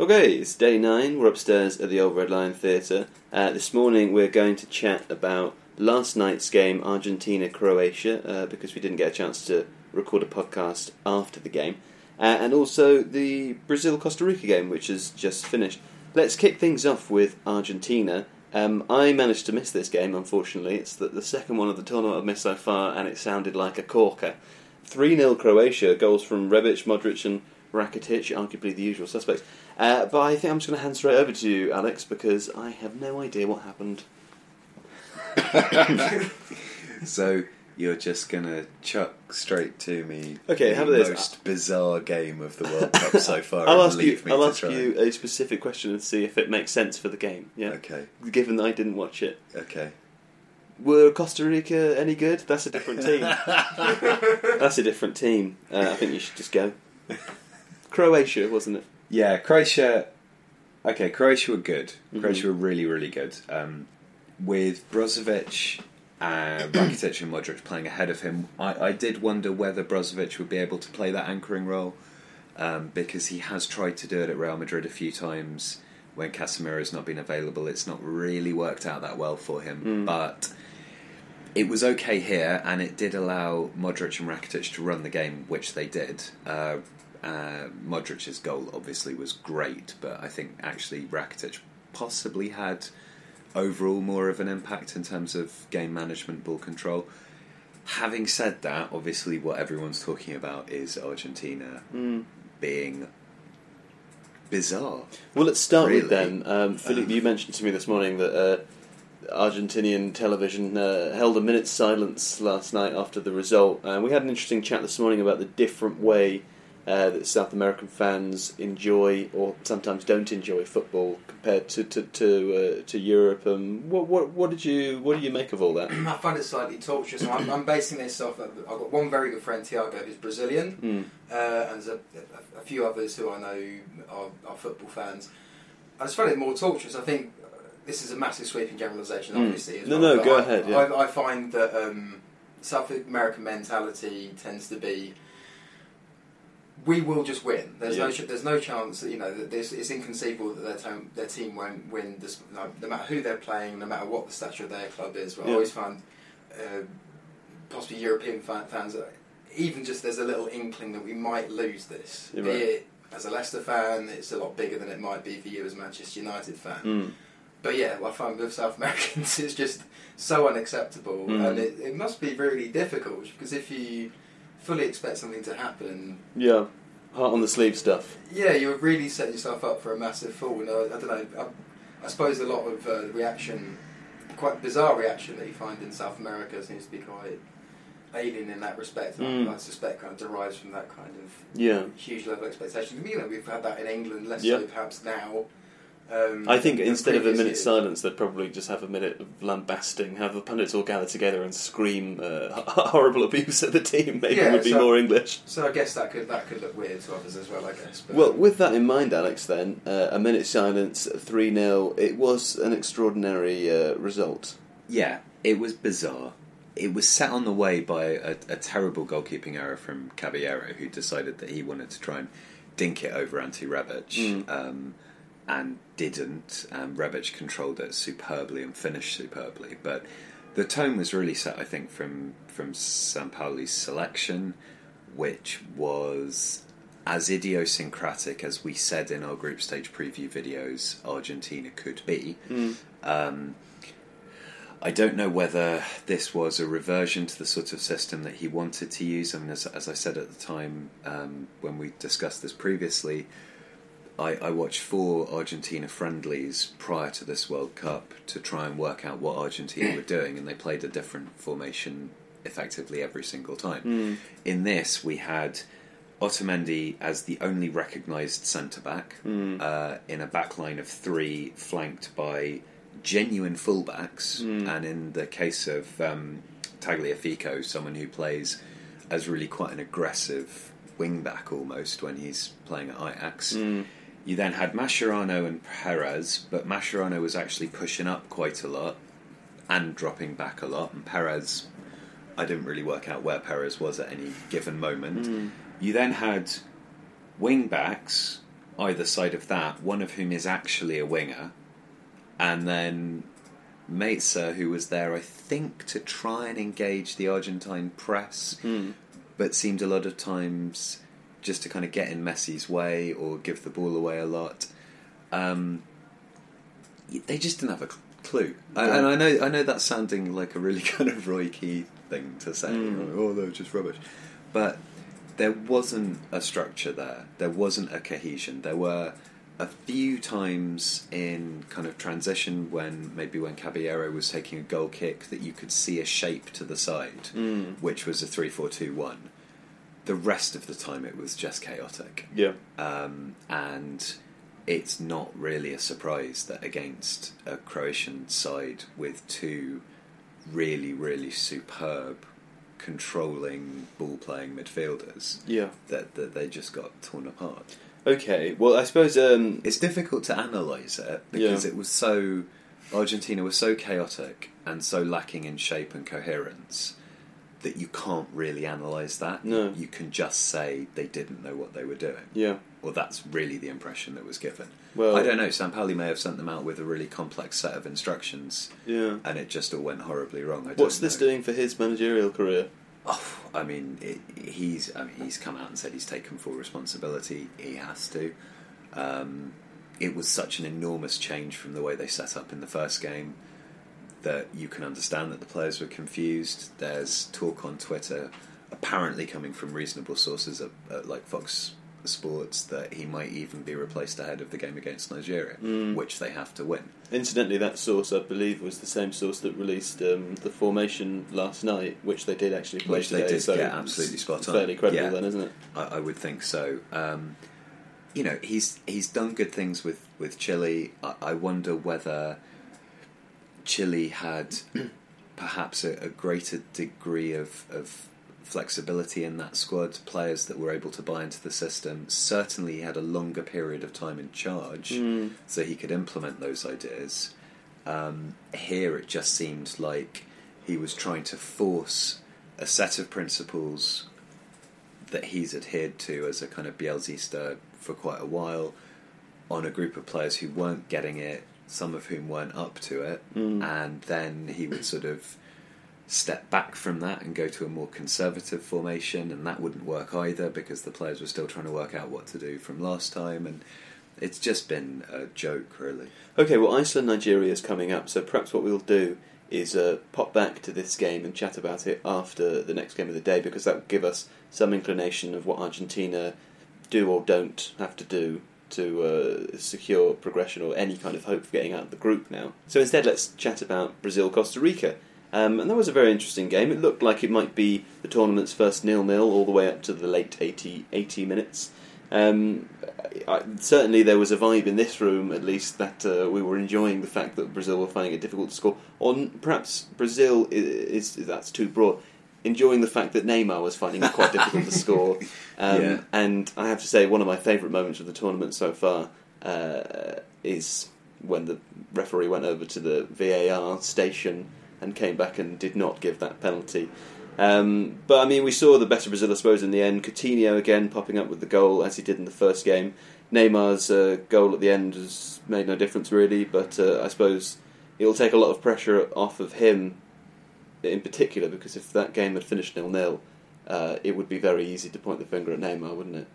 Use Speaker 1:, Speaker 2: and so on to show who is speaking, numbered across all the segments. Speaker 1: Okay, it's day nine. We're upstairs at the Old Red Lion Theatre. Uh, this morning we're going to chat about last night's game, Argentina Croatia, uh, because we didn't get a chance to record a podcast after the game, uh, and also the Brazil Costa Rica game, which has just finished. Let's kick things off with Argentina. Um, I managed to miss this game, unfortunately. It's the, the second one of the tournament I've missed so far, and it sounded like a corker. 3 0 Croatia, goals from Rebic, Modric, and Rakitic, arguably the usual suspects. Uh, but I think I'm just going to hand straight over to you, Alex, because I have no idea what happened.
Speaker 2: So you're just gonna chuck straight to me.
Speaker 1: Okay,
Speaker 2: the
Speaker 1: how about this?
Speaker 2: Most bizarre game of the World Cup so far.
Speaker 1: I'll
Speaker 2: and
Speaker 1: ask you.
Speaker 2: leave me
Speaker 1: I'll
Speaker 2: to
Speaker 1: ask
Speaker 2: try.
Speaker 1: you a specific question and see if it makes sense for the game. Yeah.
Speaker 2: Okay,
Speaker 1: Given that I didn't watch it,
Speaker 2: okay.
Speaker 1: were Costa Rica any good? That's a different team. That's a different team. Uh, I think you should just go. Croatia, wasn't it?
Speaker 2: Yeah, Croatia. Okay, Croatia were good.
Speaker 1: Mhm.
Speaker 2: Croatia were really, really good. Um, with Brozovic, uh, Rakitic, and Modric playing ahead of him, I, I did wonder whether Brozovic would be able to play that anchoring role um, because he has tried to do it at Real Madrid a few times when Casemiro's not been available. It's not really worked out that well for him,
Speaker 1: Mm.
Speaker 2: but. It was okay here, and it did allow Modric and Rakitic to run the game, which they did. Uh, uh, Modric's goal obviously was great, but I think actually Rakitic possibly had overall more of an impact in terms of game management, ball control. Having said that, obviously what everyone's talking about is Argentina
Speaker 1: Mm.
Speaker 2: being bizarre.
Speaker 1: Well, let's start with
Speaker 2: Really?
Speaker 1: them. Um, Philip,
Speaker 2: Um,
Speaker 1: you mentioned to me this morning that uh, Argentinian television uh, held a minute's silence last night after the result. Uh, we had an interesting chat this morning about the different way uh, that South American fans enjoy or sometimes don't enjoy football compared to to to, uh, to Europe. Um, what what what did you what do you make of all that?
Speaker 3: I find it slightly torturous. and I'm, I'm basing this off. Of, I've got one very good friend, Tiago, who's Brazilian,
Speaker 1: Mm.
Speaker 3: uh, and there's a, a, a few others who I know are, are football fans. I just find it more torturous. I think uh, this is a massive sweeping generalisation,
Speaker 1: Mm.
Speaker 3: obviously. as
Speaker 1: No, no,
Speaker 3: well, but
Speaker 1: go
Speaker 3: I,
Speaker 1: ahead, yeah.
Speaker 3: I, I find that um, South American mentality tends to be. We will just win. There's no
Speaker 1: Yeah.
Speaker 3: ch- there's no chance that you know that this it's inconceivable that their team their team won't win. This, no, no matter who they're playing, no matter what the stature of their club is. But
Speaker 1: Yeah.
Speaker 3: I always find uh, possibly European fan, fans, uh, even just there's a little inkling that we might lose this.
Speaker 1: You're
Speaker 3: Be
Speaker 1: right.
Speaker 3: it as a Leicester fan, it's a lot bigger than it might be for you as a Manchester United fan.
Speaker 1: Mm.
Speaker 3: But yeah, well, I find with South Americans, it's just so unacceptable,
Speaker 1: Mm.
Speaker 3: and it, it must be really difficult because if you fully expect something to happen,
Speaker 1: Yeah, heart on the sleeve stuff.
Speaker 3: yeah, you're really setting yourself up for a massive fall. And I, I don't know. I, I suppose a lot of uh, the reaction, quite bizarre reaction that you find in South America, seems to be quite alien in that respect. And
Speaker 1: Mm.
Speaker 3: I, I suspect kind of derives from that kind of
Speaker 1: Yeah.
Speaker 3: huge level of expectation. You know, we've had that in England, less
Speaker 1: Yeah.
Speaker 3: so perhaps now. Um,
Speaker 1: I think
Speaker 3: than
Speaker 1: instead of a
Speaker 3: previous
Speaker 1: minute's
Speaker 3: years.
Speaker 1: silence, they'd probably just have a minute of lambasting, have the pundits all gather together and scream uh, horrible abuse at the team. Maybe it
Speaker 3: Yeah,
Speaker 1: would be
Speaker 3: so-
Speaker 1: more English.
Speaker 3: So I guess that could that could look weird to others as well. I guess. But,
Speaker 1: Well, with that in mind, Alex, then, uh, a minute's silence, 3 0, it was an extraordinary uh, result.
Speaker 2: Yeah, it was bizarre. It was set on the way by a, a terrible goalkeeping error from Caballero, who decided that he wanted to try and dink it over Ante Rebic,
Speaker 1: Mm.
Speaker 2: um, and didn't. Um, Rebic controlled it superbly and finished superbly, but the tone was really set, I think, from from Sampaoli's selection, which was as idiosyncratic as we said in our group stage preview videos Argentina could be. Um, I don't know whether this was a reversion to the sort of system that he wanted to use. I mean, as, as I said at the time um, when we discussed this previously, I, I watched four Argentina friendlies prior to this World Cup to try and work out what Argentina were doing, and they played a different formation effectively every single time. In this, we had Otamendi as the only recognised centre back uh, in a back line of three, flanked by genuine fullbacks, and in the case of um, Tagliafico, someone who plays as really quite an aggressive wing back almost when he's playing at Ajax. You then had Mascherano and Perez, but Mascherano was actually pushing up quite a lot and dropping back a lot, and Perez, I didn't really work out where Perez was at any given moment. You then had wing backs either side of that, one of whom is actually a winger, and then Maitza, who was there, I think, to try and engage the Argentine press,
Speaker 1: Mm.
Speaker 2: but seemed a lot of times just to kind of get in Messi's way or give the ball away a lot. Um, y- they just didn't have a cl- clue, I, and I know I know that's sounding like a really kind of Roy Key thing to say.
Speaker 1: Mm.
Speaker 2: Oh, they're just rubbish, but there wasn't a structure there. There wasn't a cohesion. There were a few times in kind of transition when maybe when Caballero was taking a goal kick that you could see a shape to the side,
Speaker 1: Mm.
Speaker 2: which was a three-four-two-one. The rest of the time it was just chaotic
Speaker 1: Yeah.
Speaker 2: um, and it's not really a surprise that against a Croatian side with two really, really superb controlling ball playing midfielders
Speaker 1: Yeah.
Speaker 2: that, that they just got torn apart.
Speaker 1: Okay. Well, I suppose. Um,
Speaker 2: It's difficult to analyse it because
Speaker 1: Yeah.
Speaker 2: it was so Argentina was so chaotic and so lacking in shape and coherence that you can't really analyse that.
Speaker 1: No.
Speaker 2: You can just say they didn't know what they were doing.
Speaker 1: yeah.
Speaker 2: Well, that's really the impression that was given.
Speaker 1: Well.
Speaker 2: I don't know. Sampali may have sent them out with a really complex set of instructions,
Speaker 1: Yeah.
Speaker 2: and it just all went horribly wrong. I don't
Speaker 1: What's this
Speaker 2: know.
Speaker 1: doing for his managerial career?
Speaker 2: Oh, I mean, it, he's I mean he's come out and said he's taken full responsibility. He has to. Um, it was such an enormous change from the way they set up in the first game that you can understand that the players were confused. There's talk on Twitter, apparently coming from reasonable sources at, at like Fox Sports, that he might even be replaced ahead of the game against Nigeria,
Speaker 1: Mm.
Speaker 2: which they have to win.
Speaker 1: Incidentally, that source I believe was the same source that released um, the formation last night, which they did actually play
Speaker 2: Which they
Speaker 1: today.
Speaker 2: did
Speaker 1: so
Speaker 2: get
Speaker 1: it's
Speaker 2: absolutely spot on.
Speaker 1: Fairly credible,
Speaker 2: Yeah.
Speaker 1: then, isn't it?
Speaker 2: I, I would think so. Um, you know, he's he's done good things with with Chile. I, I wonder whether Chile had perhaps a, a greater degree of of flexibility in that squad, players that were able to buy into the system. Certainly, he had a longer period of time in charge,
Speaker 1: Mm.
Speaker 2: so he could implement those ideas. Um, here, it just seemed like he was trying to force a set of principles that he's adhered to as a kind of Bielzista for quite a while on a group of players who weren't getting it, some of whom weren't up to it,
Speaker 1: Mm.
Speaker 2: and then he would sort of step back from that and go to a more conservative formation, and that wouldn't work either because the players were still trying to work out what to do from last time, and it's just been a joke, really.
Speaker 1: Okay, well, Iceland Nigeria is coming up, so perhaps what we'll do is uh, pop back to this game and chat about it after the next game of the day because that will give us some inclination of what Argentina do or don't have to do to uh, secure progression or any kind of hope for getting out of the group now. So instead, let's chat about Brazil Costa Rica. Um, and that was a very interesting game. It looked like it might be the tournament's first nil-nil all the way up to the late 80, 80 minutes. Um, I, certainly, there was a vibe in this room, at least, that uh, we were enjoying the fact that Brazil were finding it difficult to score. Or n- perhaps Brazil i- is, is that's too broad. Enjoying the fact that Neymar was finding it quite difficult to score. Um,
Speaker 2: Yeah.
Speaker 1: And I have to say, one of my favourite moments of the tournament so far uh, is when the referee went over to the VAR station and came back and did not give that penalty. Um, but I mean, we saw the better Brazil, I suppose, in the end. Coutinho again popping up with the goal as he did in the first game. Neymar's uh, goal at the end has made no difference really, but uh, I suppose it'll take a lot of pressure off of him in particular because if that game had finished nil nil, uh, it would be very easy to point the finger at Neymar, wouldn't it?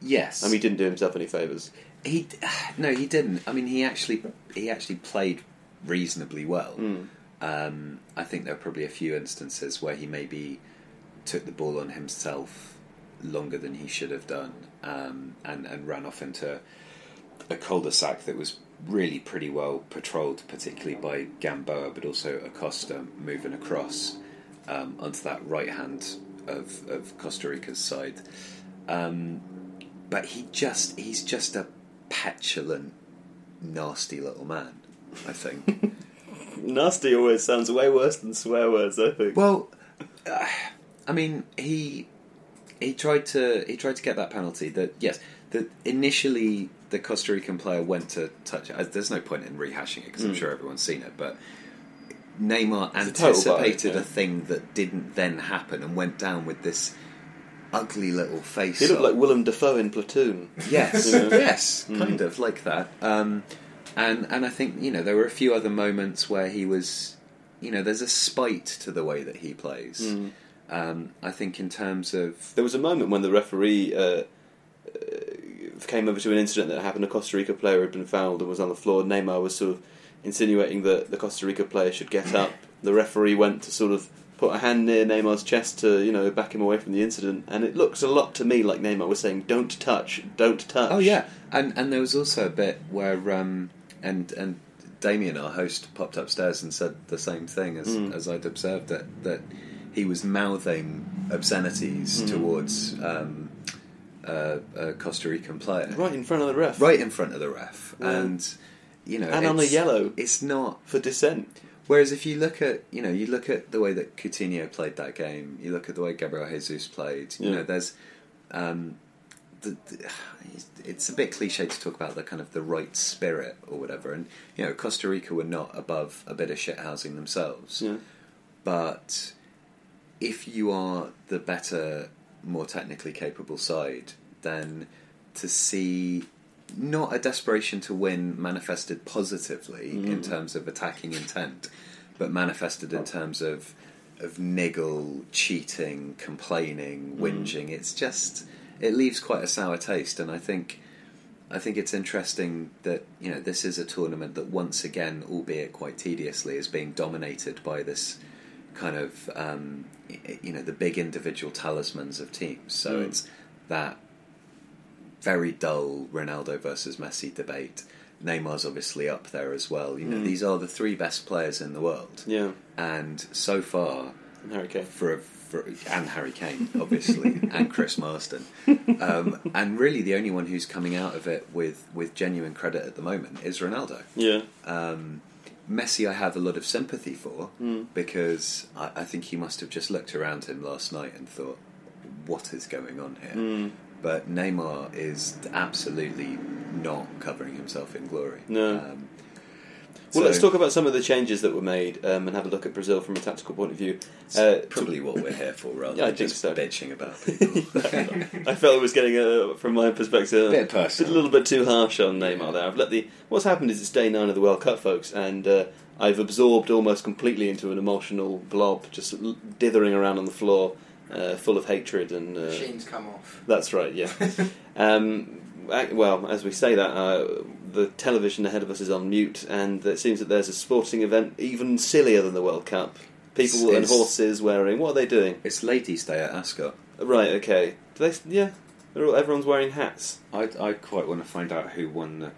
Speaker 2: Yes,
Speaker 1: I mean, he didn't do himself any favours.
Speaker 2: He no, he didn't. I mean, he actually he actually played reasonably well.
Speaker 1: Mm.
Speaker 2: Um, I think there are probably a few instances where he maybe took the ball on himself longer than he should have done, um, and and ran off into a cul-de-sac that was really pretty well patrolled, particularly by Gamboa, but also Acosta moving across um, onto that right hand of of Costa Rica's side. Um, but he just he's just a petulant, nasty little man. I think.
Speaker 1: Nasty always sounds way worse than swear words, I think.
Speaker 2: Well, uh, I mean, he he tried to he tried to get that penalty. That yes, that initially the Costa Rican player went to touch it. Uh, There's no point in rehashing it because I'm
Speaker 1: Mm.
Speaker 2: sure everyone's seen it, but. Neymar
Speaker 1: It's a total
Speaker 2: anticipated
Speaker 1: buy, yeah.
Speaker 2: a thing that didn't then happen and went down with this ugly little face.
Speaker 1: He looked
Speaker 2: on.
Speaker 1: like Willem Dafoe in Platoon.
Speaker 2: Yes,
Speaker 1: You know?
Speaker 2: yes,
Speaker 1: Mm.
Speaker 2: kind of like that. Um, and and I think you know there were a few other moments where he was, you know, there's a spite to the way that he plays.
Speaker 1: Mm.
Speaker 2: Um, I think in terms of
Speaker 1: There was a moment when the referee uh, uh, came over to an incident that happened. A Costa Rica player had been fouled and was on the floor. Neymar was sort of insinuating that the Costa Rica player should get up. The referee went to sort of put a hand near Neymar's chest to you know back him away from the incident. And it looks a lot to me like Neymar was saying, "Don't touch, don't touch."
Speaker 2: oh yeah, and and there was also a bit where um, and and Damien, our host, popped upstairs and said the same thing as
Speaker 1: Mm.
Speaker 2: as I'd observed that that he was mouthing obscenities
Speaker 1: Mhm.
Speaker 2: towards um, uh, a Costa Rican player.
Speaker 1: right in front of the ref,
Speaker 2: right in front of the ref,
Speaker 1: Yeah.
Speaker 2: and you know,
Speaker 1: and on a
Speaker 2: it's-
Speaker 1: yellow
Speaker 2: It's not.
Speaker 1: for dissent.
Speaker 2: Whereas if you look at you know you look at the way that Coutinho played that game, you look at the way Gabriel Jesus played. You
Speaker 1: Yeah.
Speaker 2: know, there's um, the, the, it's a bit cliche to talk about the kind of the right spirit or whatever, and you know Costa Rica were not above a bit of shithousing themselves,
Speaker 1: Yeah.
Speaker 2: but if you are the better, more technically capable side, then to see not a desperation to win manifested positively in
Speaker 1: Mm.
Speaker 2: terms of attacking intent, but manifested in terms of of niggle, cheating, complaining, whinging. It's just it leaves quite a sour taste, and I think. I think it's interesting that you know this is a tournament that once again, albeit quite tediously, is being dominated by this kind of um, y- you know the big individual talismans of teams. So
Speaker 1: Mm.
Speaker 2: it's that very dull Ronaldo versus Messi debate. Neymar's obviously up there as well. You know
Speaker 1: Mm.
Speaker 2: these are the three best players in the world,
Speaker 1: Yeah,
Speaker 2: and so far
Speaker 1: and Harry Kane.
Speaker 2: for, for and Harry Kane, obviously, and Chris Marston, um, and really the only one who's coming out of it with with genuine credit at the moment is Ronaldo.
Speaker 1: Yeah,
Speaker 2: Um, Messi, I have a lot of sympathy for
Speaker 1: Mm.
Speaker 2: because I, I think he must have just looked around him last night and thought, "What is going on here?"
Speaker 1: Mm.
Speaker 2: But Neymar is absolutely not covering himself in glory.
Speaker 1: No.
Speaker 2: Um,
Speaker 1: Well, let's
Speaker 2: so
Speaker 1: talk about some of the changes that were made um, and have a look at Brazil from a tactical point of view.
Speaker 2: it's
Speaker 1: Uh,
Speaker 2: probably what we're here for, rather
Speaker 1: Yeah, I
Speaker 2: than
Speaker 1: think
Speaker 2: just
Speaker 1: so.
Speaker 2: bitching about people.
Speaker 1: I felt it was getting, uh, from my perspective,
Speaker 2: Bit personal.
Speaker 1: a little bit too harsh on Neymar there. I've let the what's happened is it's day nine of the World Cup, folks, and uh, I've absorbed almost completely into an emotional blob, just l- dithering around on the floor, uh, full of hatred and. Uh,
Speaker 3: Machines come off.
Speaker 1: that's right. Yeah. Um, ac- well, as we say that, uh, the television ahead of us is on mute, and it seems that there's a sporting event even sillier than the World Cup. People
Speaker 2: It's-
Speaker 1: and horses wearing. What are they doing?
Speaker 2: It's Ladies' Day at Ascot.
Speaker 1: Right. Okay. Do they? Yeah. They're all, everyone's wearing hats.
Speaker 2: I, I quite want to find out who won the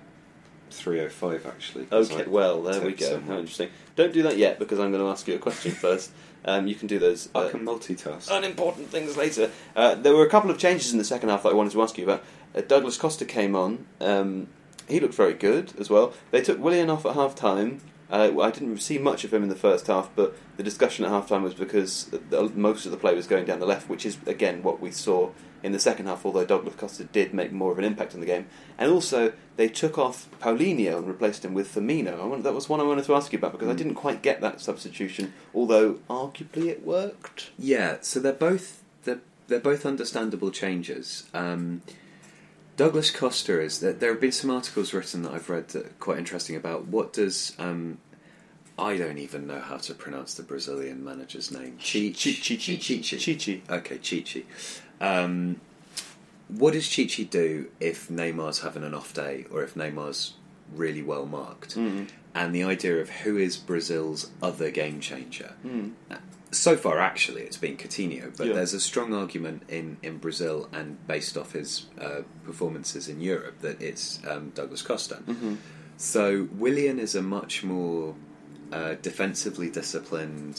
Speaker 2: 305 actually. 'cause
Speaker 1: Okay.
Speaker 2: I-
Speaker 1: well, there we
Speaker 2: took
Speaker 1: go.
Speaker 2: some.
Speaker 1: How interesting. Don't do that yet because I'm going to ask you a question first. Um, you can do those.
Speaker 2: I
Speaker 1: uh,
Speaker 2: can multitask.
Speaker 1: unimportant things later. Uh, there were a couple of changes in the second half that I wanted to ask you about. Uh, Douglas Costa came on. Um, he looked very good as well. They took Willian off at half time. Uh, well, I didn't see much of him in the first half, but the discussion at half time was because the, most of the play was going down the left, which is, again, what we saw in the second half, although Douglas Costa did make more of an impact on the game. And also, they took off Paulinho and replaced him with Firmino. I wonder, that was one I wanted to ask you about because I
Speaker 2: Mm.
Speaker 1: didn't quite get that substitution, although arguably it worked.
Speaker 2: Yeah, so they're both they're, they're both understandable changes. Um, Douglas Costa is that there have been some articles written that I've read that are quite interesting about what does um, I don't even know how to pronounce the Brazilian manager's name. Chi
Speaker 1: Chichi.
Speaker 2: Okay, Chichi. Um, what does Chichi do if Neymar's having an off day or if Neymar's really well marked?
Speaker 1: Mm.
Speaker 2: And the idea of who is Brazil's other game changer.
Speaker 1: Mm.
Speaker 2: So far, actually, it's been Coutinho, but
Speaker 1: Yeah.
Speaker 2: there's a strong argument in, in Brazil and based off his uh, performances in Europe that it's um, Douglas Costa.
Speaker 1: Mhm.
Speaker 2: So Willian is a much more uh, defensively disciplined,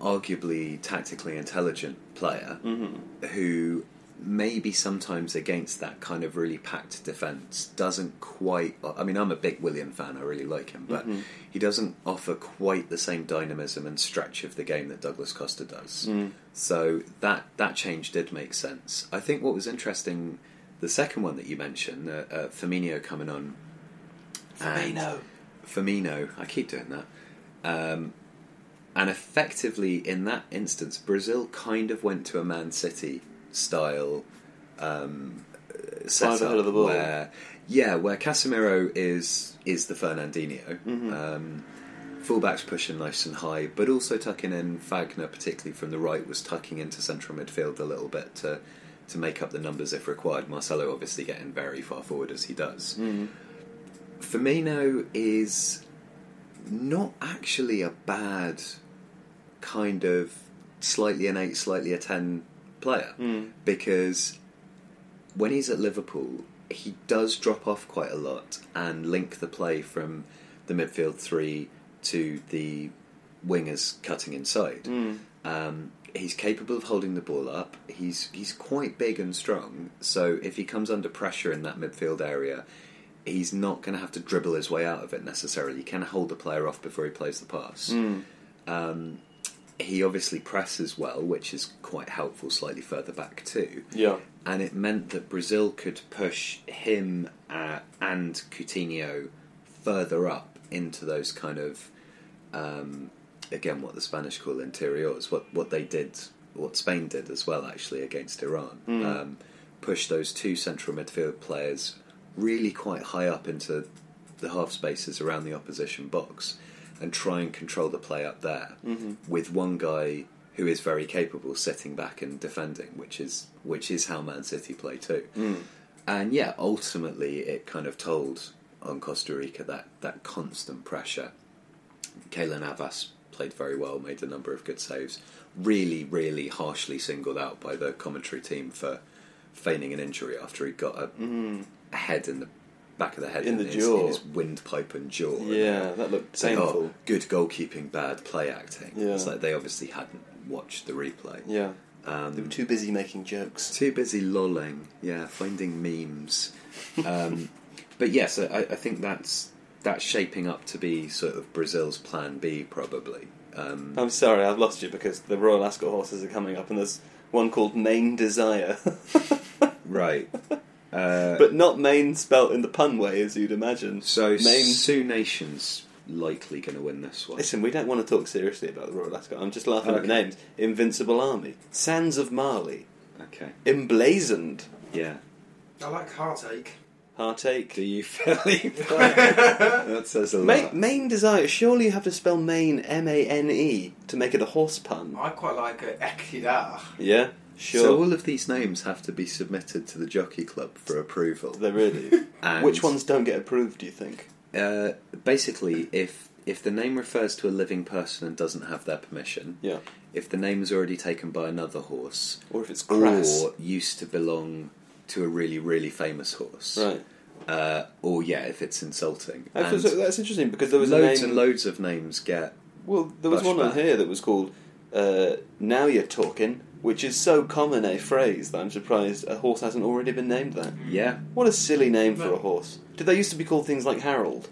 Speaker 2: arguably tactically intelligent player
Speaker 1: Mhm.
Speaker 2: who maybe sometimes against that kind of really packed defence doesn't quite I mean I'm a big William fan I really like him but
Speaker 1: Mhm.
Speaker 2: he doesn't offer quite the same dynamism and stretch of the game that Douglas Costa does
Speaker 1: Mm.
Speaker 2: so that that change did make sense I think what was interesting the second one that you mentioned uh, uh, Firmino coming on and- Firmino. I keep doing that. Um, and effectively, in that instance, Brazil kind of went to a Man City style um, uh,
Speaker 1: Five
Speaker 2: setup
Speaker 1: ahead of the ball.
Speaker 2: where yeah, where Casemiro is is the Fernandinho.
Speaker 1: Mhm.
Speaker 2: Um, fullbacks pushing nice and high, but also tucking in Fagner, particularly from the right, was tucking into central midfield a little bit to to make up the numbers if required. Marcelo obviously getting very far forward as he does.
Speaker 1: Mm.
Speaker 2: Firmino is not actually a bad kind of slightly an eight, slightly a ten player
Speaker 1: Mm.
Speaker 2: because when he's at Liverpool, he does drop off quite a lot and link the play from the midfield three to the wingers cutting inside.
Speaker 1: Mm.
Speaker 2: Um, he's capable of holding the ball up. He's he's quite big and strong. So if he comes under pressure in that midfield area, he's not going to have to dribble his way out of it necessarily. He can hold the player off before he plays the pass.
Speaker 1: Mm.
Speaker 2: Um, he obviously presses well, which is quite helpful slightly further back too.
Speaker 1: Yeah.
Speaker 2: And it meant that Brazil could push him uh, and Coutinho further up into those kind of, um, again, what the Spanish call interiors, what, what they did, what Spain did as well, actually, against Iran.
Speaker 1: Mm.
Speaker 2: Um, push those two central midfield players really quite high up into the half spaces around the opposition box and try and control the play up there
Speaker 1: Mhm.
Speaker 2: with one guy who is very capable sitting back and defending, which is which is how Man City play too.
Speaker 1: Mm.
Speaker 2: And yeah, ultimately it kind of told on Costa Rica that that constant pressure. Kaylin Navas played very well, made a number of good saves. Really, really harshly singled out by the commentary team for feigning an injury after he got a
Speaker 1: Mm.
Speaker 2: head in the back of the head
Speaker 1: In the
Speaker 2: his, in
Speaker 1: jaw.
Speaker 2: his windpipe and jaw. And
Speaker 1: Yeah, that looked
Speaker 2: it's like,
Speaker 1: painful.
Speaker 2: oh, good goalkeeping, bad play acting.
Speaker 1: Yeah.
Speaker 2: It's like they obviously hadn't watched the replay.
Speaker 1: Yeah.
Speaker 2: Um,
Speaker 1: They were too busy making jokes.
Speaker 2: too busy lolling, yeah, finding memes. Um, but yes, I, I think that's that's shaping up to be sort of Brazil's plan B, probably. Um,
Speaker 1: I'm sorry, I've lost you because the Royal Ascot horses are coming up, and there's one called Main Desire.
Speaker 2: right. Uh,
Speaker 1: But not main spelt in the pun way, as you'd imagine.
Speaker 2: so,
Speaker 1: main.
Speaker 2: Sioux Nation's likely going to win this one.
Speaker 1: Listen, we don't want to talk seriously about the Royal Ascot. I'm just laughing at the
Speaker 2: Okay.
Speaker 1: names. Invincible Army, Sands of Marley,
Speaker 2: Okay.
Speaker 1: Emblazoned,
Speaker 2: Yeah.
Speaker 3: I like heartache.
Speaker 2: Do
Speaker 1: Heartache.
Speaker 2: you, Philly? that says a
Speaker 1: Ma-
Speaker 2: lot.
Speaker 1: main Desire. Surely you have to spell Main M A N E to make it a horse pun.
Speaker 3: I quite like uh, Equidar.
Speaker 1: Yeah, sure.
Speaker 2: So all of these names have to be submitted to the Jockey Club for approval.
Speaker 1: they really. Ah, do.
Speaker 2: And,
Speaker 1: Which ones don't get approved? Do you think?
Speaker 2: Uh, basically, if if the name refers to a living person and doesn't have their permission,
Speaker 1: Yeah.
Speaker 2: if the name is already taken by another horse,
Speaker 1: Or if it's crass?
Speaker 2: or used to belong to a really really famous horse,
Speaker 1: Right.
Speaker 2: uh, or yeah, if it's insulting.
Speaker 1: Actually,
Speaker 2: And
Speaker 1: so that's interesting because there was
Speaker 2: loads
Speaker 1: a name.
Speaker 2: and loads of names get
Speaker 1: Well, there was
Speaker 2: Bush
Speaker 1: one on
Speaker 2: back.
Speaker 1: here that was called uh, "Now You're Talking," which is so common a phrase that I'm surprised a horse hasn't already been named that.
Speaker 2: yeah.
Speaker 1: What a silly name for
Speaker 3: No.
Speaker 1: a horse! Did they used to be called things like Harold?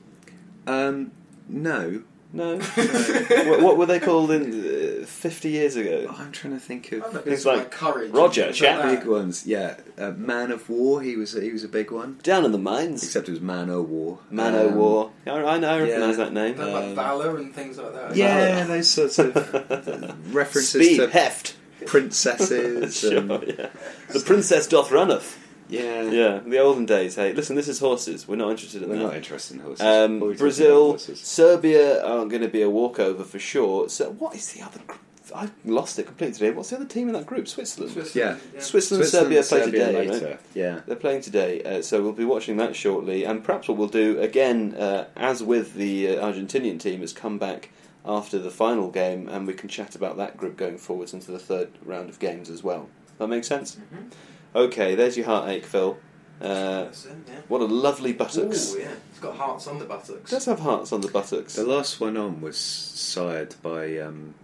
Speaker 2: Um, no,
Speaker 1: No. what, what were they called in uh, fifty years ago?
Speaker 2: I'm trying to think
Speaker 3: I
Speaker 2: of
Speaker 3: reckon
Speaker 1: Things
Speaker 3: it's
Speaker 1: like
Speaker 3: courage.
Speaker 1: Roger,
Speaker 3: Things
Speaker 1: chap.
Speaker 3: that.
Speaker 2: big ones. Yeah, uh, Man of War. He was he was a big one.
Speaker 1: Down in the mines,
Speaker 2: Except it was Man o' War.
Speaker 1: Man
Speaker 2: Um,
Speaker 1: o' War. I, I know, I recognise
Speaker 2: yeah.
Speaker 1: that name.
Speaker 3: Things like
Speaker 2: Um,
Speaker 3: Valor and things like that.
Speaker 2: Yeah,
Speaker 1: Valor.
Speaker 2: those sorts of uh, references
Speaker 1: Speed,
Speaker 2: to
Speaker 1: heft.
Speaker 2: princesses.
Speaker 1: sure,
Speaker 2: and,
Speaker 1: yeah. The princess doth runneth.
Speaker 2: yeah,
Speaker 1: Yeah, the olden days. Hey, listen, this is horses. We're not interested in
Speaker 2: We're
Speaker 1: that.
Speaker 2: not interested in horses.
Speaker 1: Um,
Speaker 2: Always interested in
Speaker 1: Brazil,
Speaker 2: horses.
Speaker 1: Serbia aren't going to be a walkover for sure. So what is the other? group? I've lost it completely today. What's the other team in that group? Switzerland.
Speaker 3: Switzerland,
Speaker 2: Yeah.
Speaker 3: yeah.
Speaker 1: Switzerland, Serbia, play today. right?
Speaker 2: Yeah,
Speaker 1: They're playing today, uh, so we'll be watching that shortly. And perhaps what we'll do again, uh, as with the uh, Argentinian team, is come back after the final game, and we can chat about that group going forwards into the third round of games as well. That makes sense.
Speaker 3: Mhm.
Speaker 1: Okay, there's your heartache, Phil. Uh,
Speaker 3: That's it, yeah.
Speaker 1: what a lovely buttocks.
Speaker 3: Ooh, yeah. It's got hearts on the buttocks.
Speaker 1: Let's have hearts on the buttocks.
Speaker 2: the last one on was sired by um,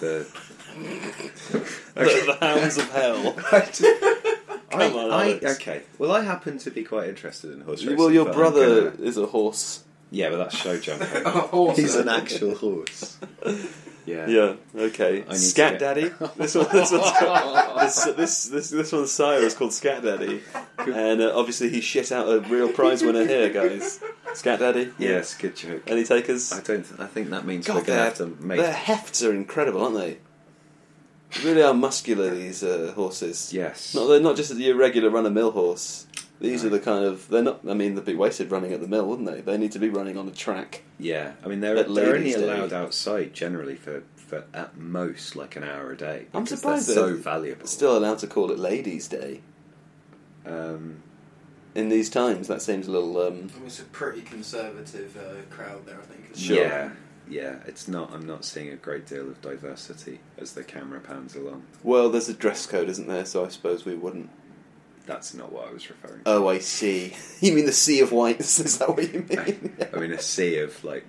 Speaker 2: the.
Speaker 1: the, the hounds of hell.
Speaker 2: I just-
Speaker 1: Come
Speaker 2: I-
Speaker 1: on,
Speaker 2: I-
Speaker 1: Alex.
Speaker 2: okay. Well, I happen to be quite interested in horse racing.
Speaker 1: well, your
Speaker 2: but I'm
Speaker 1: brother
Speaker 2: gonna-
Speaker 1: is Oh, a horse.
Speaker 2: Yeah, but that's show jumping.
Speaker 3: A horse.
Speaker 2: He's an actual horse. Yeah.
Speaker 1: Yeah. Okay.
Speaker 2: I need to
Speaker 1: Scat
Speaker 2: get-
Speaker 1: Daddy. This one. This one's called, this, this this this one's sire is called Scat Daddy, and uh, obviously he shit out a real prize winner here, guys. Scat Daddy.
Speaker 2: Yes, good joke.
Speaker 1: Any takers?
Speaker 2: I don't. I think that means
Speaker 1: God,
Speaker 2: we're going to
Speaker 1: they're-
Speaker 2: have to make
Speaker 1: Their hefts are incredible, aren't they? really are muscular. These uh, horses.
Speaker 2: Yes.
Speaker 1: Not, they're not just the irregular run a mill horse. These
Speaker 2: No.
Speaker 1: are the kind of they're not. I mean, they'd be wasted running at the mill, wouldn't they? They need to be running on a track.
Speaker 2: Yeah, I mean they're
Speaker 1: But
Speaker 2: they're only
Speaker 1: ladies do.
Speaker 2: allowed outside generally for, for at most like an hour a day.
Speaker 1: I'm
Speaker 2: because
Speaker 1: surprised
Speaker 2: they're so
Speaker 1: they're
Speaker 2: valuable.
Speaker 1: Still allowed to call it Ladies' Day
Speaker 2: um,
Speaker 1: in these times. That seems a little. Um,
Speaker 3: I mean, it's a pretty conservative uh, crowd there, I think. isn't
Speaker 1: Sure.
Speaker 3: it?
Speaker 2: yeah, yeah. It's not. I'm not seeing a great deal of diversity as the camera pans along.
Speaker 1: well, there's a dress code, isn't there? So I suppose we wouldn't.
Speaker 2: That's not what I was referring. to.
Speaker 1: Oh, I see. You mean the sea of whites? Is that what you mean?
Speaker 2: I mean, a sea of like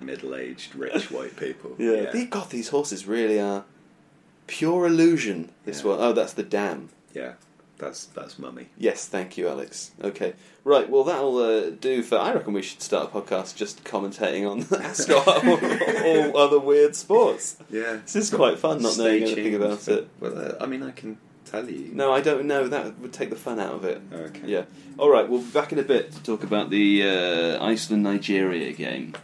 Speaker 2: middle-aged rich white people.
Speaker 1: Yeah. The- God, these horses really are pure illusion. This
Speaker 2: Yeah.
Speaker 1: one. Oh, that's the dam.
Speaker 2: yeah. That's that's mummy.
Speaker 1: Yes, thank you, Alex. Okay, right. Well, that'll uh, do for. I reckon we should start a podcast just commentating on Ascot all, all other weird sports.
Speaker 2: Yeah,
Speaker 1: This is quite fun, not knowing anything about it.
Speaker 2: Well, uh, I mean, I can tell you.
Speaker 1: No, I don't know. That would take the fun out of it.
Speaker 2: Okay.
Speaker 1: Yeah. All right. We'll be back in a bit to talk about the uh, Iceland Nigeria game.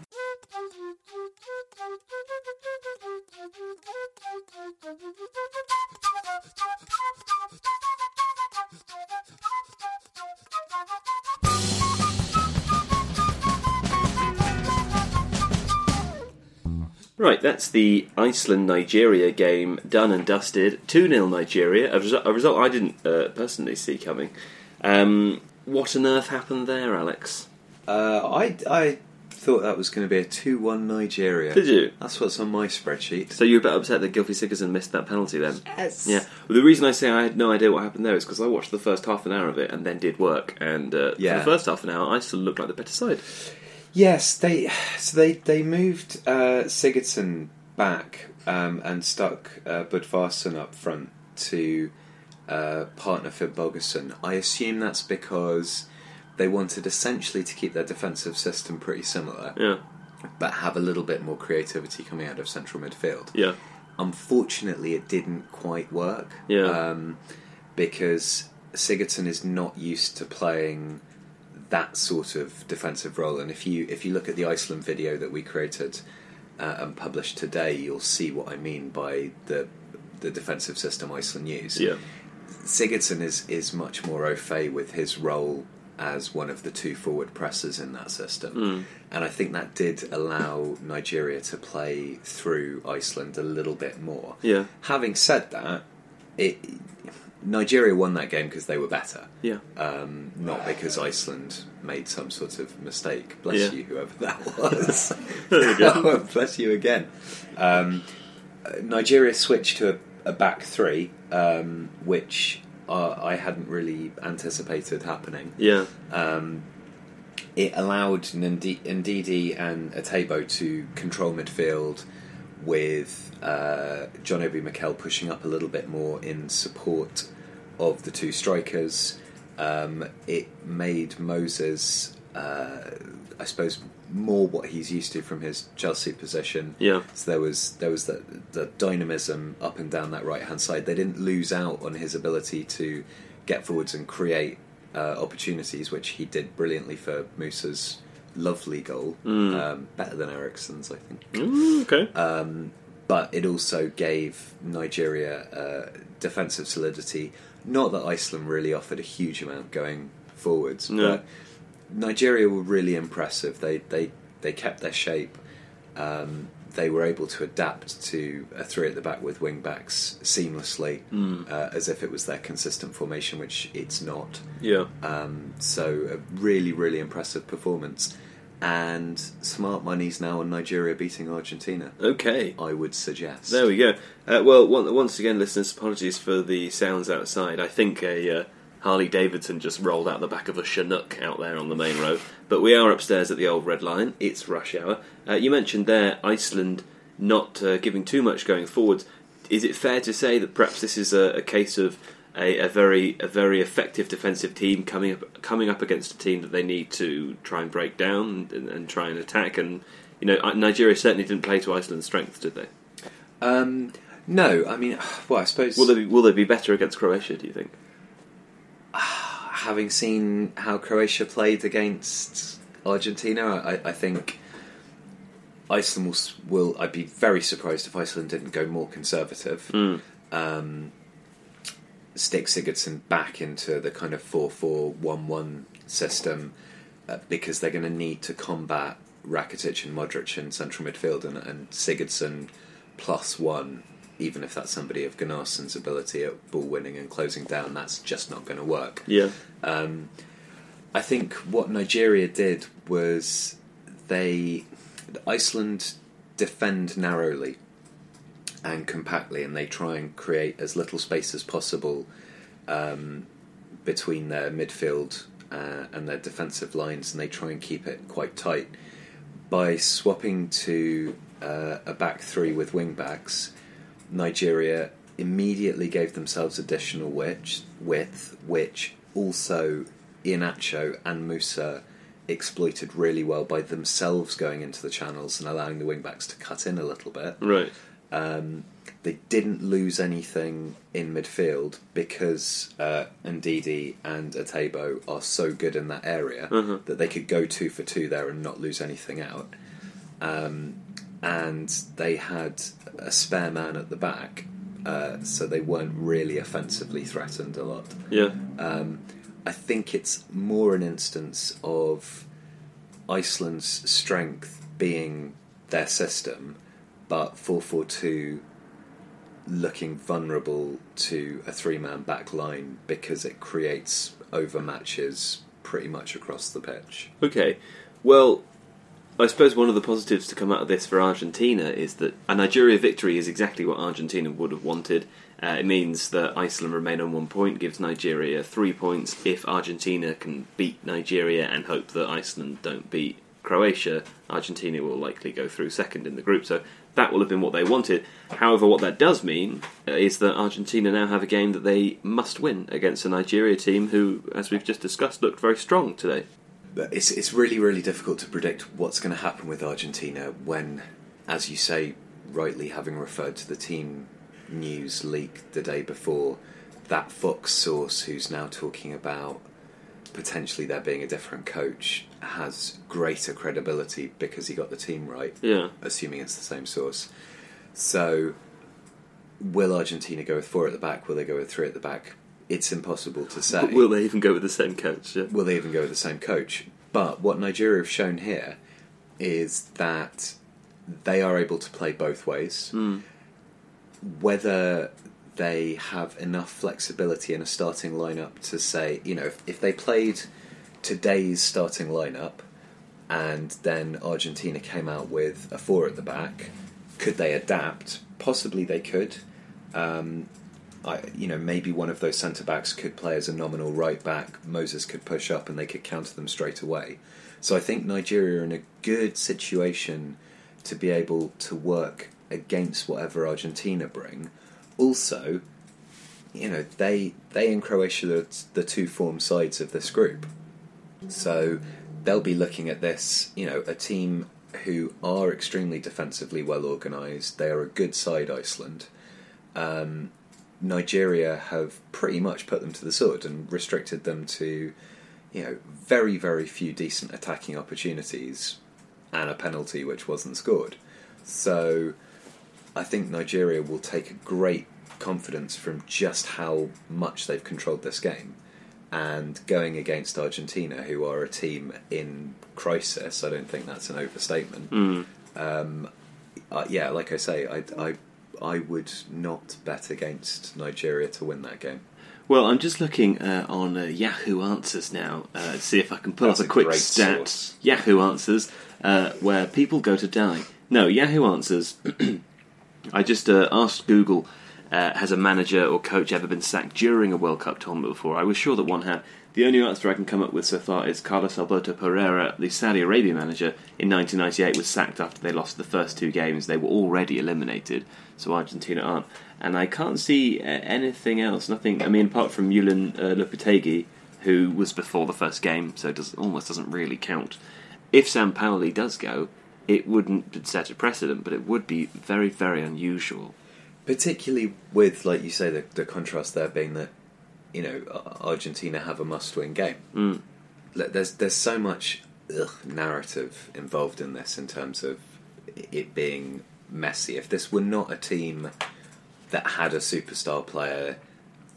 Speaker 1: Right, that's the Iceland Nigeria game done and dusted. 2 0 Nigeria, a, resu- a result I didn't uh, personally see coming. Um, what on earth happened there, Alex?
Speaker 2: Uh, I I thought that was going to be a two-one Nigeria.
Speaker 1: Did you?
Speaker 2: That's what's on my spreadsheet.
Speaker 1: So you were a bit upset that Gilfie Sigerson missed that penalty then?
Speaker 2: Yes.
Speaker 1: Yeah. Well, the reason I say I had no idea what happened there is because I watched the first half an hour of it and then did work. And uh,
Speaker 2: Yeah.
Speaker 1: for the first half an hour, Iceland looked like the better side.
Speaker 2: Yes, they so they they moved uh, Sigurdsson back um, and stuck uh, Budvarsson up front to uh, partner for Bogerson. I assume that's because they wanted essentially to keep their defensive system pretty similar,
Speaker 1: Yeah.
Speaker 2: but have a little bit more creativity coming out of central midfield.
Speaker 1: Yeah.
Speaker 2: Unfortunately, it didn't quite work.
Speaker 1: Yeah.
Speaker 2: Um, because Sigurdsson is not used to playing that sort of defensive role, and if you if you look at the Iceland video that we created uh, and published today, you'll see what I mean by the the defensive system Iceland use.
Speaker 1: Yeah.
Speaker 2: Sigurdsson is is much more au fait with his role as one of the two forward pressers in that system, and I think that did allow Nigeria to play through Iceland a little bit more.
Speaker 1: Yeah.
Speaker 2: Having said that, it Nigeria won that game because they were better,
Speaker 1: Yeah.
Speaker 2: um, not because Iceland made some sort of mistake. Bless
Speaker 1: Yeah.
Speaker 2: you, whoever that was.
Speaker 1: There we go.
Speaker 2: Oh, bless you again. Um, uh, Nigeria switched to a, a back three, um, which uh, I hadn't really anticipated happening.
Speaker 1: Yeah.
Speaker 2: Um, it allowed Ndi- Ndidi and Atebo to control midfield with uh, John Obi Mikel pushing up a little bit more in support of the two strikers. Um, it made Moses, uh, I suppose, more what he's used to from his Chelsea position.
Speaker 1: Yeah.
Speaker 2: So there was there was that the dynamism up and down that right hand side. They didn't lose out on his ability to get forwards and create uh, opportunities, which he did brilliantly for Moosa's lovely goal, um, better than Ericsson's, I think.
Speaker 1: Mm, okay.
Speaker 2: Um, but it also gave Nigeria uh, defensive solidity. Not that Iceland really offered a huge amount going forwards,
Speaker 1: No.
Speaker 2: but Nigeria were really impressive. They they they kept their shape. Um, they were able to adapt to a three at the back with wing backs seamlessly, uh, as if it was their consistent formation, which it's not.
Speaker 1: yeah.
Speaker 2: Um, so a really, really impressive performance. And smart money's now on Nigeria beating Argentina.
Speaker 1: Okay.
Speaker 2: I would suggest.
Speaker 1: There we go. Uh, well, on- once again, listeners, apologies for the sounds outside. I think a uh, Harley Davidson just rolled out the back of a Chinook out there on the main road. But we are upstairs at the old Red Lion. It's rush hour. Uh, you mentioned there Iceland not uh, giving too much going forward. Is it fair to say that perhaps this is a, a case of a, a very a very effective defensive team coming up coming up against a team that they need to try and break down and, and try and attack? And you know, Nigeria certainly didn't play to Iceland's strength, did they?
Speaker 2: Um, no, I mean, well, I suppose
Speaker 1: Will they be, will they be better against Croatia? Do you think?
Speaker 2: having seen how Croatia played against Argentina, I, I think Iceland will, s- will. I'd be very surprised if Iceland didn't go more conservative. um, stick Sigurdsson back into the kind of 4 4 1 1 system uh, because they're going to need to combat Rakitic and Modric in central midfield and, and Sigurdsson plus one, even if that's somebody of Gunnarsson's ability at ball winning and closing down, that's just not going to work.
Speaker 1: Yeah.
Speaker 2: Um, I think what Nigeria did was they Iceland defend narrowly and compactly, and they try and create as little space as possible um, between their midfield uh, and their defensive lines, and they try and keep it quite tight by swapping to uh, a back three with wing backs. Nigeria immediately gave themselves additional width, width which also Ianacho and Musa exploited really well by themselves going into the channels and allowing the wing backs to cut in a little bit.
Speaker 1: Right.
Speaker 2: Um, they didn't lose anything in midfield because uh, Ndidi and Atebo are so good in that area
Speaker 1: Mhm.
Speaker 2: that they could go two for two there and not lose anything out. Um, and they had a spare man at the back, uh, so they weren't really offensively threatened a lot.
Speaker 1: Yeah.
Speaker 2: Um, I think it's more an instance of Iceland's strength being their system, but 442 looking vulnerable to a three man back line because it creates overmatches pretty much across the pitch.
Speaker 1: Okay. Well, I suppose one of the positives to come out of this for Argentina is that a Nigeria victory is exactly what Argentina would have wanted. Uh, it means that Iceland remain on one point, gives Nigeria three points. If Argentina can beat Nigeria and hope that Iceland don't beat Croatia, Argentina will likely go through second in the group. So that will have been what they wanted. However, what that does mean uh, is that Argentina now have a game that they must win against a Nigeria team who, as we've just discussed, looked very strong today.
Speaker 2: But it's it's really really difficult to predict what's going to happen with Argentina when, as you say, rightly having referred to the team news leak the day before, that Fox source who's now talking about potentially there being a different coach has greater credibility because he got the team right
Speaker 1: Yeah.
Speaker 2: assuming it's the same source. So, will Argentina go with four at the back? Will they go with three at the back? It's impossible to say.
Speaker 1: Will they even go with the same coach? Yeah.
Speaker 2: Will they even go with the same coach? But what Nigeria have shown here is that they are able to play both ways. Whether they have enough flexibility in a starting lineup to say, you know, if, if they played today's starting lineup and then Argentina came out with a four at the back, could they adapt? Possibly they could. Um, I, you know, maybe one of those centre backs could play as a nominal right back. Moses could push up, and they could counter them straight away. So I think Nigeria are in a good situation to be able to work against whatever Argentina bring. Also, you know, they they and Croatia are the two form sides of this group, so they'll be looking at this. You know, a team who are extremely defensively well organised. They are a good side, Iceland. Um, Nigeria have pretty much put them to the sword and restricted them to, you know, very, very few decent attacking opportunities and a penalty which wasn't scored. So I think Nigeria will take a great confidence from just how much they've controlled this game. And going against Argentina, who are a team in crisis, I don't think that's an overstatement. Um, uh, yeah, like I say, I, I, I would not bet against Nigeria to win that game.
Speaker 1: Well, I'm just looking uh, on uh, Yahoo Answers now uh, to see if I can pull
Speaker 2: That's
Speaker 1: up a
Speaker 2: a
Speaker 1: quick
Speaker 2: great
Speaker 1: stat.
Speaker 2: source.
Speaker 1: Yahoo Answers, uh, where people go to die. No, Yahoo Answers. I just uh, asked Google, uh, has a manager or coach ever been sacked during a World Cup tournament before? I was sure that one had. The only answer I can come up with so far is Carlos Alberto Pereira, the Saudi Arabia manager, in 1998 was sacked after they lost the first two games. They were already eliminated, so Argentina aren't. And I can't see uh, anything else. Nothing. I mean, apart from Yulen uh, Lopetegui, who was before the first game, so it does, almost doesn't really count. If Sampaoli does go, it wouldn't set a precedent, but it would be very, very unusual.
Speaker 2: particularly with like you say the, the contrast there being that you know Ar- Argentina have a must-win game
Speaker 1: Mm.
Speaker 2: Like, there's there's so much ugh, narrative involved in this in terms of it being messy if this were not a team that had a superstar player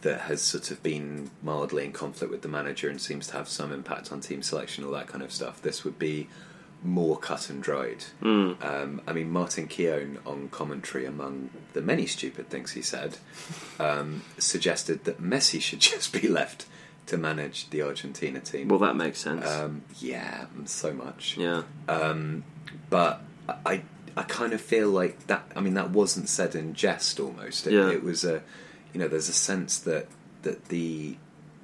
Speaker 2: that has sort of been mildly in conflict with the manager and seems to have some impact on team selection, all that kind of stuff. This would be more cut and dried.
Speaker 1: Mm.
Speaker 2: Um, I mean, Martin Keown on commentary, among the many stupid things he said, um, suggested that Messi should just be left to manage the Argentina team.
Speaker 1: Well, that makes sense.
Speaker 2: Um, yeah, so much.
Speaker 1: yeah.
Speaker 2: Um, but I, I kind of feel like that. I mean, that wasn't said in jest. Almost, it,
Speaker 1: Yeah.
Speaker 2: it was a, you know, there's a sense that that the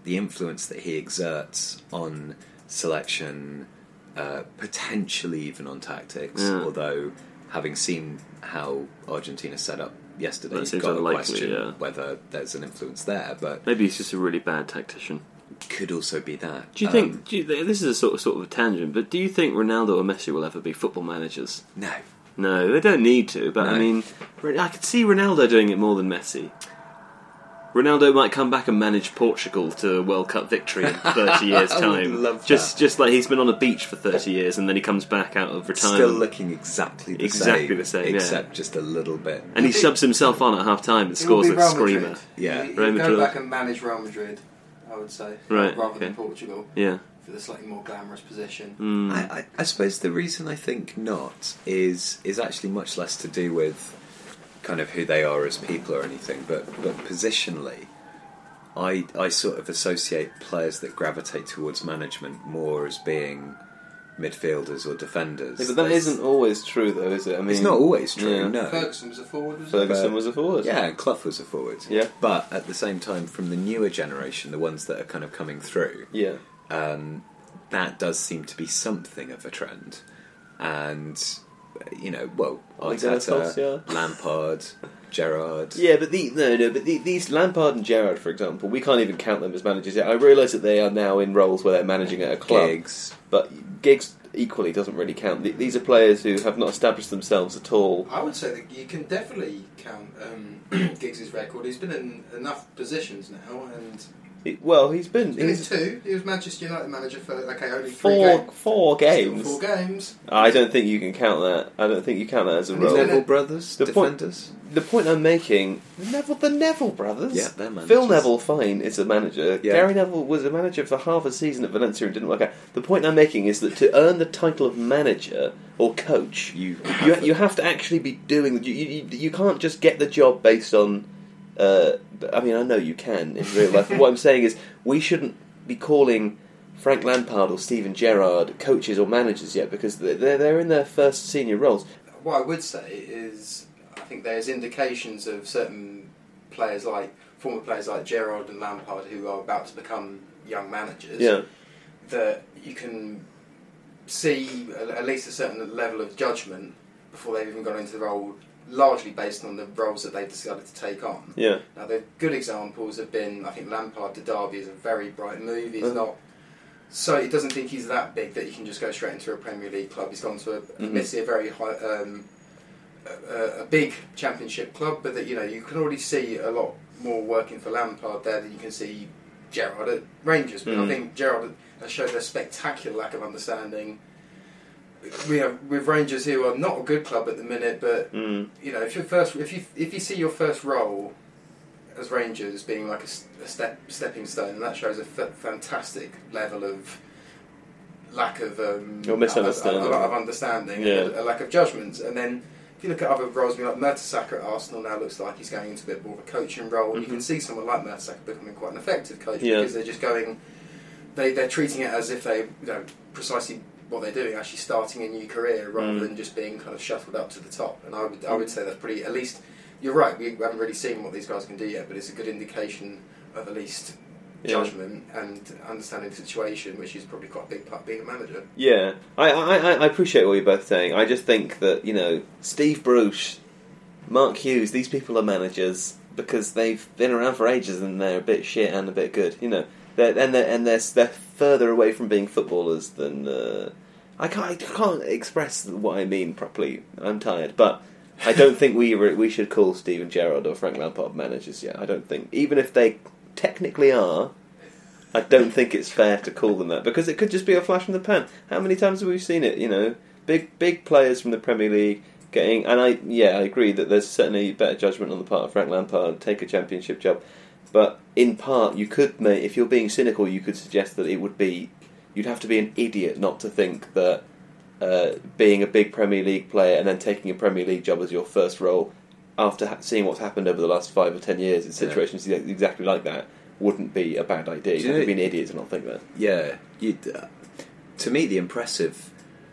Speaker 2: the influence that he exerts on selection, uh, potentially even on tactics.
Speaker 1: Yeah.
Speaker 2: Although, having seen how Argentina set up yesterday,
Speaker 1: That
Speaker 2: you've
Speaker 1: seems
Speaker 2: got to
Speaker 1: unlikely,
Speaker 2: question
Speaker 1: yeah.
Speaker 2: whether there's an influence there. But
Speaker 1: Maybe he's just a really bad tactician.
Speaker 2: could also be that.
Speaker 1: Do you
Speaker 2: Um,
Speaker 1: think do you, this is a sort of sort of a tangent? But do you think Ronaldo or Messi will ever be football managers?
Speaker 2: No.
Speaker 1: No, they don't need to. But I
Speaker 2: No.
Speaker 1: mean, Re- I could see Ronaldo doing it more than Messi. Ronaldo might come back and manage Portugal to a World Cup victory in thirty years'
Speaker 2: I would
Speaker 1: time.
Speaker 2: love that.
Speaker 1: Just, just like he's been on a beach for thirty years and then he comes back out of retirement.
Speaker 2: Still looking exactly the
Speaker 1: Exactly
Speaker 2: same.
Speaker 1: the same, yeah.
Speaker 2: Except just a little bit.
Speaker 1: and he subs himself on at half time and
Speaker 3: It will
Speaker 1: scores
Speaker 3: be
Speaker 1: a
Speaker 3: Real
Speaker 1: screamer.
Speaker 3: Madrid.
Speaker 2: Yeah,
Speaker 3: He- he'd
Speaker 1: Real
Speaker 3: go
Speaker 1: Madrid.
Speaker 3: back and manage Real Madrid, I would say,
Speaker 1: Right,
Speaker 3: rather than
Speaker 1: okay.
Speaker 3: Portugal
Speaker 1: Yeah.
Speaker 3: for the slightly more glamorous position.
Speaker 1: Mm.
Speaker 2: I, I, I suppose the reason I think not is is actually much less to do with kind of who they are as people or anything, but but positionally, I I sort of associate players that gravitate towards management more as being midfielders or defenders.
Speaker 1: Yeah, but that
Speaker 2: There's-
Speaker 1: isn't always true, though, is it? I mean,
Speaker 2: It's not always true.
Speaker 1: Yeah.
Speaker 2: No,
Speaker 3: Ferguson was a forward, was it?
Speaker 1: Ferguson was a forward.
Speaker 2: Yeah, and Clough was a forward.
Speaker 1: Yeah.
Speaker 2: But at the same time, from the newer generation, the ones that are kind of coming through,
Speaker 1: yeah.
Speaker 2: um, that does seem to be something of a trend. And, you know, well,
Speaker 1: Miguel
Speaker 2: Arteta,
Speaker 1: Solskjaer.
Speaker 2: Lampard, Gerrard.
Speaker 1: Yeah, but the no, no, but the, these Lampard and Gerrard, for example, we can't even count them as managers yet. I realise that they are now in roles where they're managing at a club,
Speaker 2: Giggs.
Speaker 1: but gigs equally doesn't really count. Th- These are players who have not established themselves at all.
Speaker 3: I would say that you can definitely count um, Giggs' record. He's been in enough positions now, and
Speaker 1: It- well, he's been
Speaker 3: he's been in
Speaker 1: he's
Speaker 3: two. He was Manchester United manager for okay, only
Speaker 1: four
Speaker 3: three
Speaker 1: four
Speaker 3: games.
Speaker 1: games.
Speaker 3: Four games.
Speaker 1: I don't think you can count that. I don't think you count that as a
Speaker 3: And he's
Speaker 1: role.
Speaker 3: been
Speaker 2: Neville brothers,
Speaker 1: The point-
Speaker 2: defenders.
Speaker 1: The point I'm making, Neville, the Neville brothers.
Speaker 2: Yeah, they're managers.
Speaker 1: Phil Neville, fine, is a manager.
Speaker 2: Yeah.
Speaker 1: Gary Neville was a manager for half a season at Valencia and didn't work out. The point I'm making is that to earn the title of manager or coach,
Speaker 2: You,
Speaker 1: you, you have to actually be doing. You, you, you can't just get the job based on. Uh, I mean, I know you can in real life. but what I'm saying is, we shouldn't be calling Frank Lampard or Steven Gerrard coaches or managers yet because they're they're- they're in their first senior roles.
Speaker 3: What I would say is, I think there's indications of certain players like former players like Gerard and Lampard who are about to become young managers.
Speaker 1: Yeah.
Speaker 3: that you can see a- at least a certain level of judgment before they've even gone into the role, largely based on the roles that they've decided to take on.
Speaker 1: Yeah.
Speaker 3: Now, the good examples have been, I think Lampard to Derby is a very bright move. He's
Speaker 1: Mhm.
Speaker 3: not. So he doesn't think he's that big that he can just go straight into a Premier League club. He's gone to a,
Speaker 1: Mhm.
Speaker 3: admittedly a very high, um, a- a, a big Championship club, but that you know you can already see a lot more working for Lampard there than you can see Gerard at Rangers. But I
Speaker 1: Mhm.
Speaker 3: think Gerard has showed a spectacular lack of understanding. We have with Rangers who are not a good club at the minute, but
Speaker 1: Mm.
Speaker 3: you know, if your first, if you if you see your first role as Rangers being like a, s- a step stepping stone, that shows a f- fantastic level of lack of um,
Speaker 1: Or misunderstanding.
Speaker 3: of, of, of understanding,
Speaker 1: Yeah.
Speaker 3: a, a lack of judgments, and then. If you look at other roles, I mean, like Mertesacker at Arsenal now looks like he's going into a bit more of a coaching role. You can
Speaker 1: Mhm.
Speaker 3: see someone like Mertesacker becoming quite an effective coach
Speaker 1: Yeah.
Speaker 3: because they're just going, they, they're treating it as if they you know, precisely what they're doing, actually starting a new career rather
Speaker 1: Mm.
Speaker 3: than just being kind of shuttled up to the top. And I would, I would say that's pretty, at least, you're right, we haven't really seen what these guys can do yet, but it's a good indication of at least
Speaker 1: Yeah.
Speaker 3: judgment and understanding the situation, which is probably quite a big part of being a manager.
Speaker 1: Yeah, I, I, I- I appreciate what you're both saying. I just think that, you know, Steve Bruce, Mark Hughes, these people are managers because they've been around for ages and they're a bit shit and a bit good, you know. They're, and they're, and they're, they're further away from being footballers than. Uh, I, can't, I can't express what I mean properly. I'm tired. But I don't think we, re- we should call Steven Gerrard or Frank Lampard managers yet. I don't think. Even if they technically are, I don't think it's fair to call them that because it could just be a flash in the pan. How many times have we seen it? You know, big big players from the Premier League getting. And I, yeah, I agree that there's certainly better judgment on the part of Frank Lampard take a championship job. But in part, you could make if you're being cynical, you could suggest that it would be you'd have to be an idiot not to think that uh, being a big Premier League player and then taking a Premier League job as your first role after ha- seeing what's happened over the last five or ten years in
Speaker 2: Yeah.
Speaker 1: situations ex- exactly like that wouldn't be a bad idea.
Speaker 2: Do
Speaker 1: You'd
Speaker 2: you
Speaker 1: have to
Speaker 2: know-
Speaker 1: be an idiot to not think that.
Speaker 2: Yeah, you'd, uh, to me, the impressive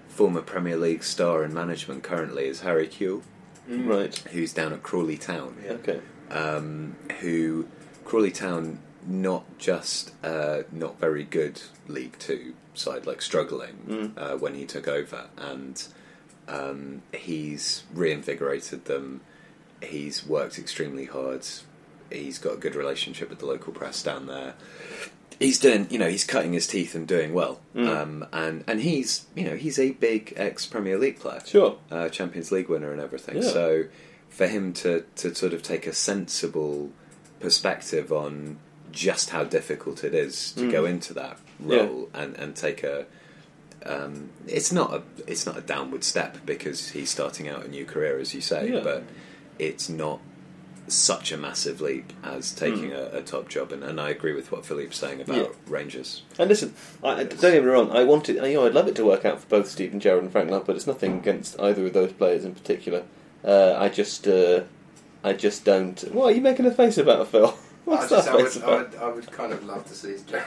Speaker 2: former Premier League star in management currently is Harry Kewell,
Speaker 3: Hmm.
Speaker 1: Right.
Speaker 2: who's down at Crawley Town.
Speaker 3: Yeah.
Speaker 1: Okay.
Speaker 2: um, who Crawley Town not just uh, not very good League Two side, like struggling
Speaker 1: Mm.
Speaker 2: uh, when he took over, and um, he's reinvigorated them. He's worked extremely hard. He's got a good relationship with the local press down there. He's doing, you know, he's cutting his teeth and doing well.
Speaker 1: Mm.
Speaker 2: Um, and and he's, you know, he's a big ex Premier League player
Speaker 1: Sure.
Speaker 2: uh, Champions League winner and everything.
Speaker 1: Yeah.
Speaker 2: So for him to, to sort of take a sensible perspective on just how difficult it is to
Speaker 1: Mm.
Speaker 2: go into that
Speaker 1: Yeah.
Speaker 2: role and, and take a um, it's not a it's not a downward step because he's starting out a new career as you say,
Speaker 1: Yeah.
Speaker 2: but it's not such a massive leap as taking a, a top job and, and I agree with what Philippe's saying about
Speaker 1: Mm. Yeah.
Speaker 2: Rangers.
Speaker 1: And listen, I, I- don't get me wrong. I wanted, you know, I'd love it to work out for both Stephen Gerrard and Frank Lampard. It's nothing against either of those players in particular. Uh, I just, uh, I just don't. What are you making a face about, Phil? What's that
Speaker 3: I, just, I,
Speaker 1: face
Speaker 3: would, I,
Speaker 1: about?
Speaker 3: would, I would kind of love to see Gerard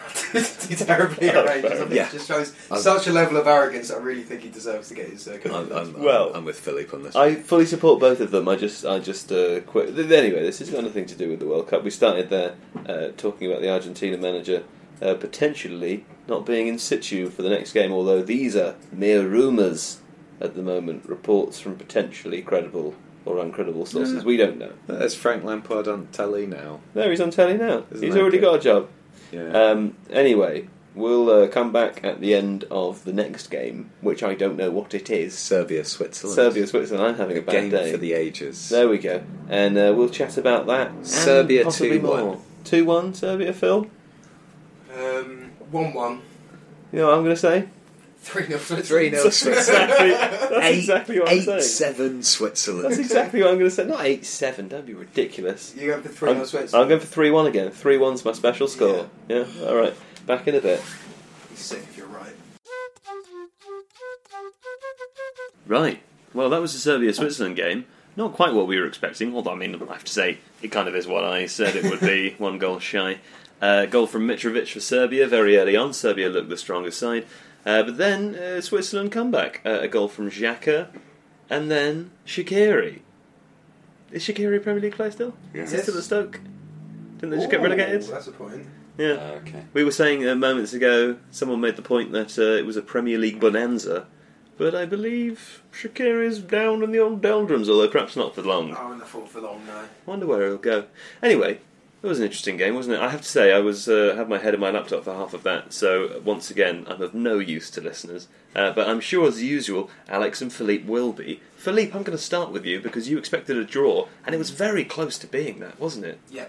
Speaker 3: do terribly
Speaker 1: Oh,
Speaker 3: arranged.
Speaker 1: fair
Speaker 3: I think
Speaker 2: enough.
Speaker 3: It just shows
Speaker 2: I'm-
Speaker 3: such a level of arrogance. I really think he deserves to get his. Uh,
Speaker 2: I'm, I'm,
Speaker 1: Well,
Speaker 2: I'm with Philippe on this.
Speaker 1: I fully support both of them. I just, I just uh, quit. th- Anyway, this has got nothing to do with the World Cup. We started there uh, talking about the Argentina manager uh, potentially not being in situ for the next game. Although these are mere rumours at the moment, reports from potentially credible or uncredible sources.
Speaker 2: Yeah.
Speaker 1: We don't know.
Speaker 2: There's Frank Lampard on telly now.
Speaker 1: There, he's on telly now.
Speaker 2: Isn't
Speaker 1: he's
Speaker 2: that
Speaker 1: already
Speaker 2: good?
Speaker 1: got a job.
Speaker 2: Yeah.
Speaker 1: Um, anyway, we'll uh, come back at the end of the next game, which I don't know what it is.
Speaker 2: Serbia, Switzerland.
Speaker 1: Serbia, Switzerland. I'm having
Speaker 2: a
Speaker 1: a, bad
Speaker 2: game
Speaker 1: day.
Speaker 2: for the ages.
Speaker 1: There we go. And uh, we'll chat about that. and
Speaker 2: Serbia
Speaker 1: possibly
Speaker 2: 2-1.
Speaker 1: more. 2 1, Serbia, Phil.
Speaker 3: um, one one.
Speaker 1: You know what I'm going to say?
Speaker 3: 3 0
Speaker 2: Three nil Switzerland.
Speaker 1: exactly, that's exactly what I'm
Speaker 2: eight
Speaker 1: saying.
Speaker 2: seven Switzerland.
Speaker 1: That's exactly what I'm going to say. Not 8 7, don't be ridiculous.
Speaker 3: You going for 3
Speaker 1: I'm,
Speaker 3: 0
Speaker 1: I'm
Speaker 3: Switzerland?
Speaker 1: going for 3 1 again. 3 1's my special score. Yeah, alright. Back in a bit.
Speaker 3: He's sick if you're right.
Speaker 1: Right. Well, that was the Serbia Switzerland game. Not quite what we were expecting, although I mean, I have to say, it kind of is what I said it would be, one goal shy. Uh, goal from Mitrovic for Serbia very early on. Serbia looked the stronger side. Uh, but then uh, Switzerland comeback. Uh, a goal from Xhaka, and then Shakiri. Is Shakiri a Premier League player still? Is he
Speaker 3: Yes.
Speaker 1: still at Stoke? Didn't they just get relegated?
Speaker 3: Ooh, That's a point.
Speaker 1: Yeah.
Speaker 2: okay.
Speaker 1: We were saying uh, moments ago, someone made the point that uh, it was a Premier League bonanza, but I believe Shakir is down in the old doldrums, although perhaps not for long.
Speaker 3: I wouldn't have thought for long, no.
Speaker 1: Wonder where he'll go. Anyway, it was an interesting game, wasn't it? I have to say, I was uh, had my head in my laptop for half of that, so once again, I'm of no use to listeners. Uh, but I'm sure, as usual, Alex and Philippe will be. Philippe, I'm going to start with you because you expected a draw, and it was very close to being that, wasn't it?
Speaker 3: Yeah.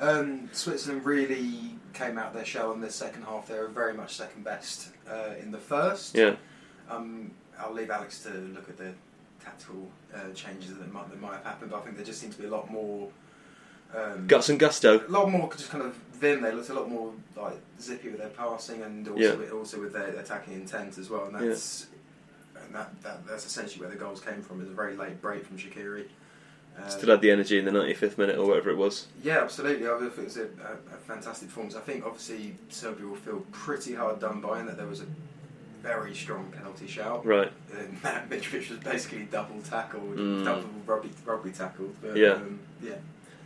Speaker 3: Um, Switzerland really came out their shell in the second half. They were very much second best uh, in the first.
Speaker 1: Yeah.
Speaker 3: Um, I'll leave Alex to look at the tactical uh, changes that might, that might have happened, but I think there just seemed to be a lot more. Um,
Speaker 1: Guts and gusto.
Speaker 3: a lot more just kind of vim. They looked a lot more like zippy with their passing and also,
Speaker 1: Yeah.
Speaker 3: with, also with their attacking intent as well. And that's and that, that that's essentially where the goals came from. It was a very late break from Shakiri. Um,
Speaker 1: Still had the energy in the 95th minute or whatever it was.
Speaker 3: yeah, absolutely. I think it's a, a, a fantastic performance. I think obviously Serbia will feel pretty hard done by in that there was a very strong penalty shout.
Speaker 1: Right.
Speaker 3: And Matt Mitrovic was basically double tackled,
Speaker 1: Mm.
Speaker 3: double rugby, rugby tackled. But,
Speaker 1: Yeah.
Speaker 3: Um, yeah.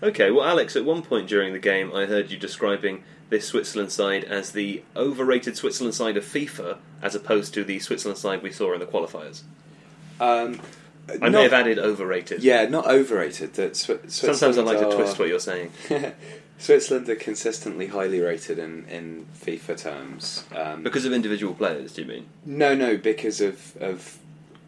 Speaker 1: Okay, well, Alex, at one point during the game, I heard you describing this Switzerland side as the overrated Switzerland side of FIFA, as opposed to the Switzerland side we saw in the qualifiers.
Speaker 2: Um,
Speaker 1: I may have added overrated.
Speaker 2: yeah, not overrated. That Swi-
Speaker 1: Sometimes I
Speaker 2: Switzerland
Speaker 1: like to
Speaker 2: are-
Speaker 1: twist what you're saying.
Speaker 2: Switzerland are consistently highly rated in, in FIFA terms. Um,
Speaker 1: Because of individual players, do you mean?
Speaker 2: no, no, because of of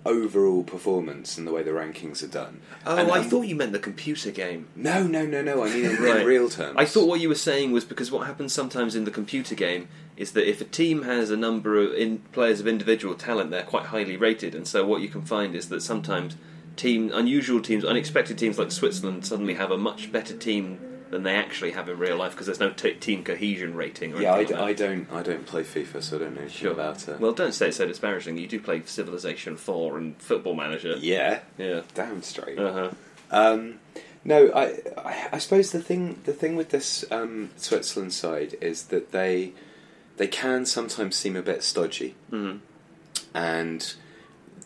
Speaker 2: overall performance and the way the rankings are done.
Speaker 1: Oh,
Speaker 2: And-
Speaker 1: I
Speaker 2: and-
Speaker 1: thought you meant the computer game.
Speaker 2: No, no, no, no. I mean in,
Speaker 1: Right.
Speaker 2: in real terms.
Speaker 1: I thought what you were saying was because what happens sometimes in the computer game is that if a team has a number of in players of individual talent, they're quite highly rated, and so what you can find is that sometimes
Speaker 3: team, unusual teams, unexpected teams like Switzerland suddenly have a much better team than they actually have in real life because there's no t- team cohesion rating. Or
Speaker 2: Yeah, I,
Speaker 3: anything like
Speaker 2: I
Speaker 3: that.
Speaker 2: don't. I don't play FIFA, so I don't know anything
Speaker 3: Sure.
Speaker 2: about it.
Speaker 3: Well, don't say it so disparagingly. You do play Civilization Four and Football Manager.
Speaker 2: yeah,
Speaker 3: Yeah.
Speaker 2: damn straight.
Speaker 3: Uh huh.
Speaker 2: Um, no, I, I, I suppose the thing the thing with this um, Switzerland side is that they they can sometimes seem a bit stodgy,
Speaker 3: Mhm.
Speaker 2: and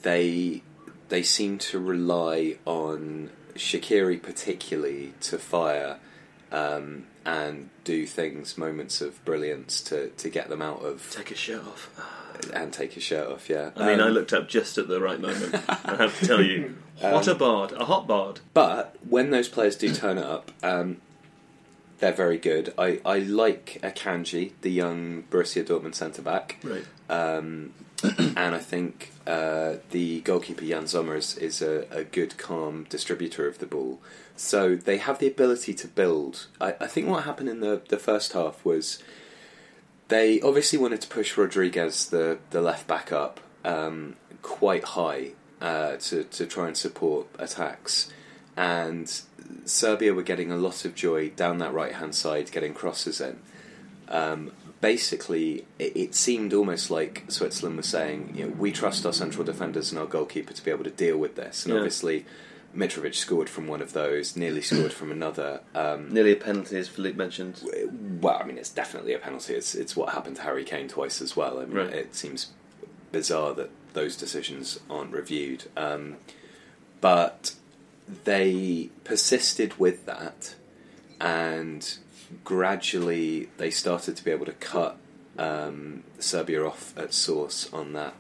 Speaker 2: they they seem to rely on Shakiri particularly to fire um, and do things, moments of brilliance to, to get them out of
Speaker 3: Take a shirt off.
Speaker 2: and take his shirt off. Yeah,
Speaker 3: I mean,
Speaker 2: Um,
Speaker 3: I looked up just at the right moment. I have to tell you,
Speaker 1: Um,
Speaker 3: what a bard, a hot bard.
Speaker 2: But when those players do turn up, um, they're very good. I, I like Akanji, the young Borussia Dortmund centre back,
Speaker 3: Right.
Speaker 1: Uh,
Speaker 2: um, and I think uh, the goalkeeper Jan Sommers is a, a good, calm distributor of the ball. So they have the ability to build. I, I think what happened in the, the first half was they obviously wanted to push Rodriguez, the, the left back, up um, quite high uh, to, to try and support attacks. And Serbia were getting a lot of joy down that right hand side, getting crosses in. Um, basically, it, it seemed almost like Switzerland was saying, you know, we trust our central defenders and our goalkeeper to be able to deal with this. And
Speaker 3: Yeah.
Speaker 2: obviously, Mitrovic scored from one of those, nearly scored from another. Um,
Speaker 1: Nearly a penalty, as Philippe mentioned.
Speaker 2: well, I mean, it's definitely a penalty. It's it's what happened to Harry Kane twice as well. I mean,
Speaker 3: Right.
Speaker 2: it seems bizarre that those decisions aren't reviewed. Um, but they persisted with that, and gradually they started to be able to cut um, Serbia off at source on that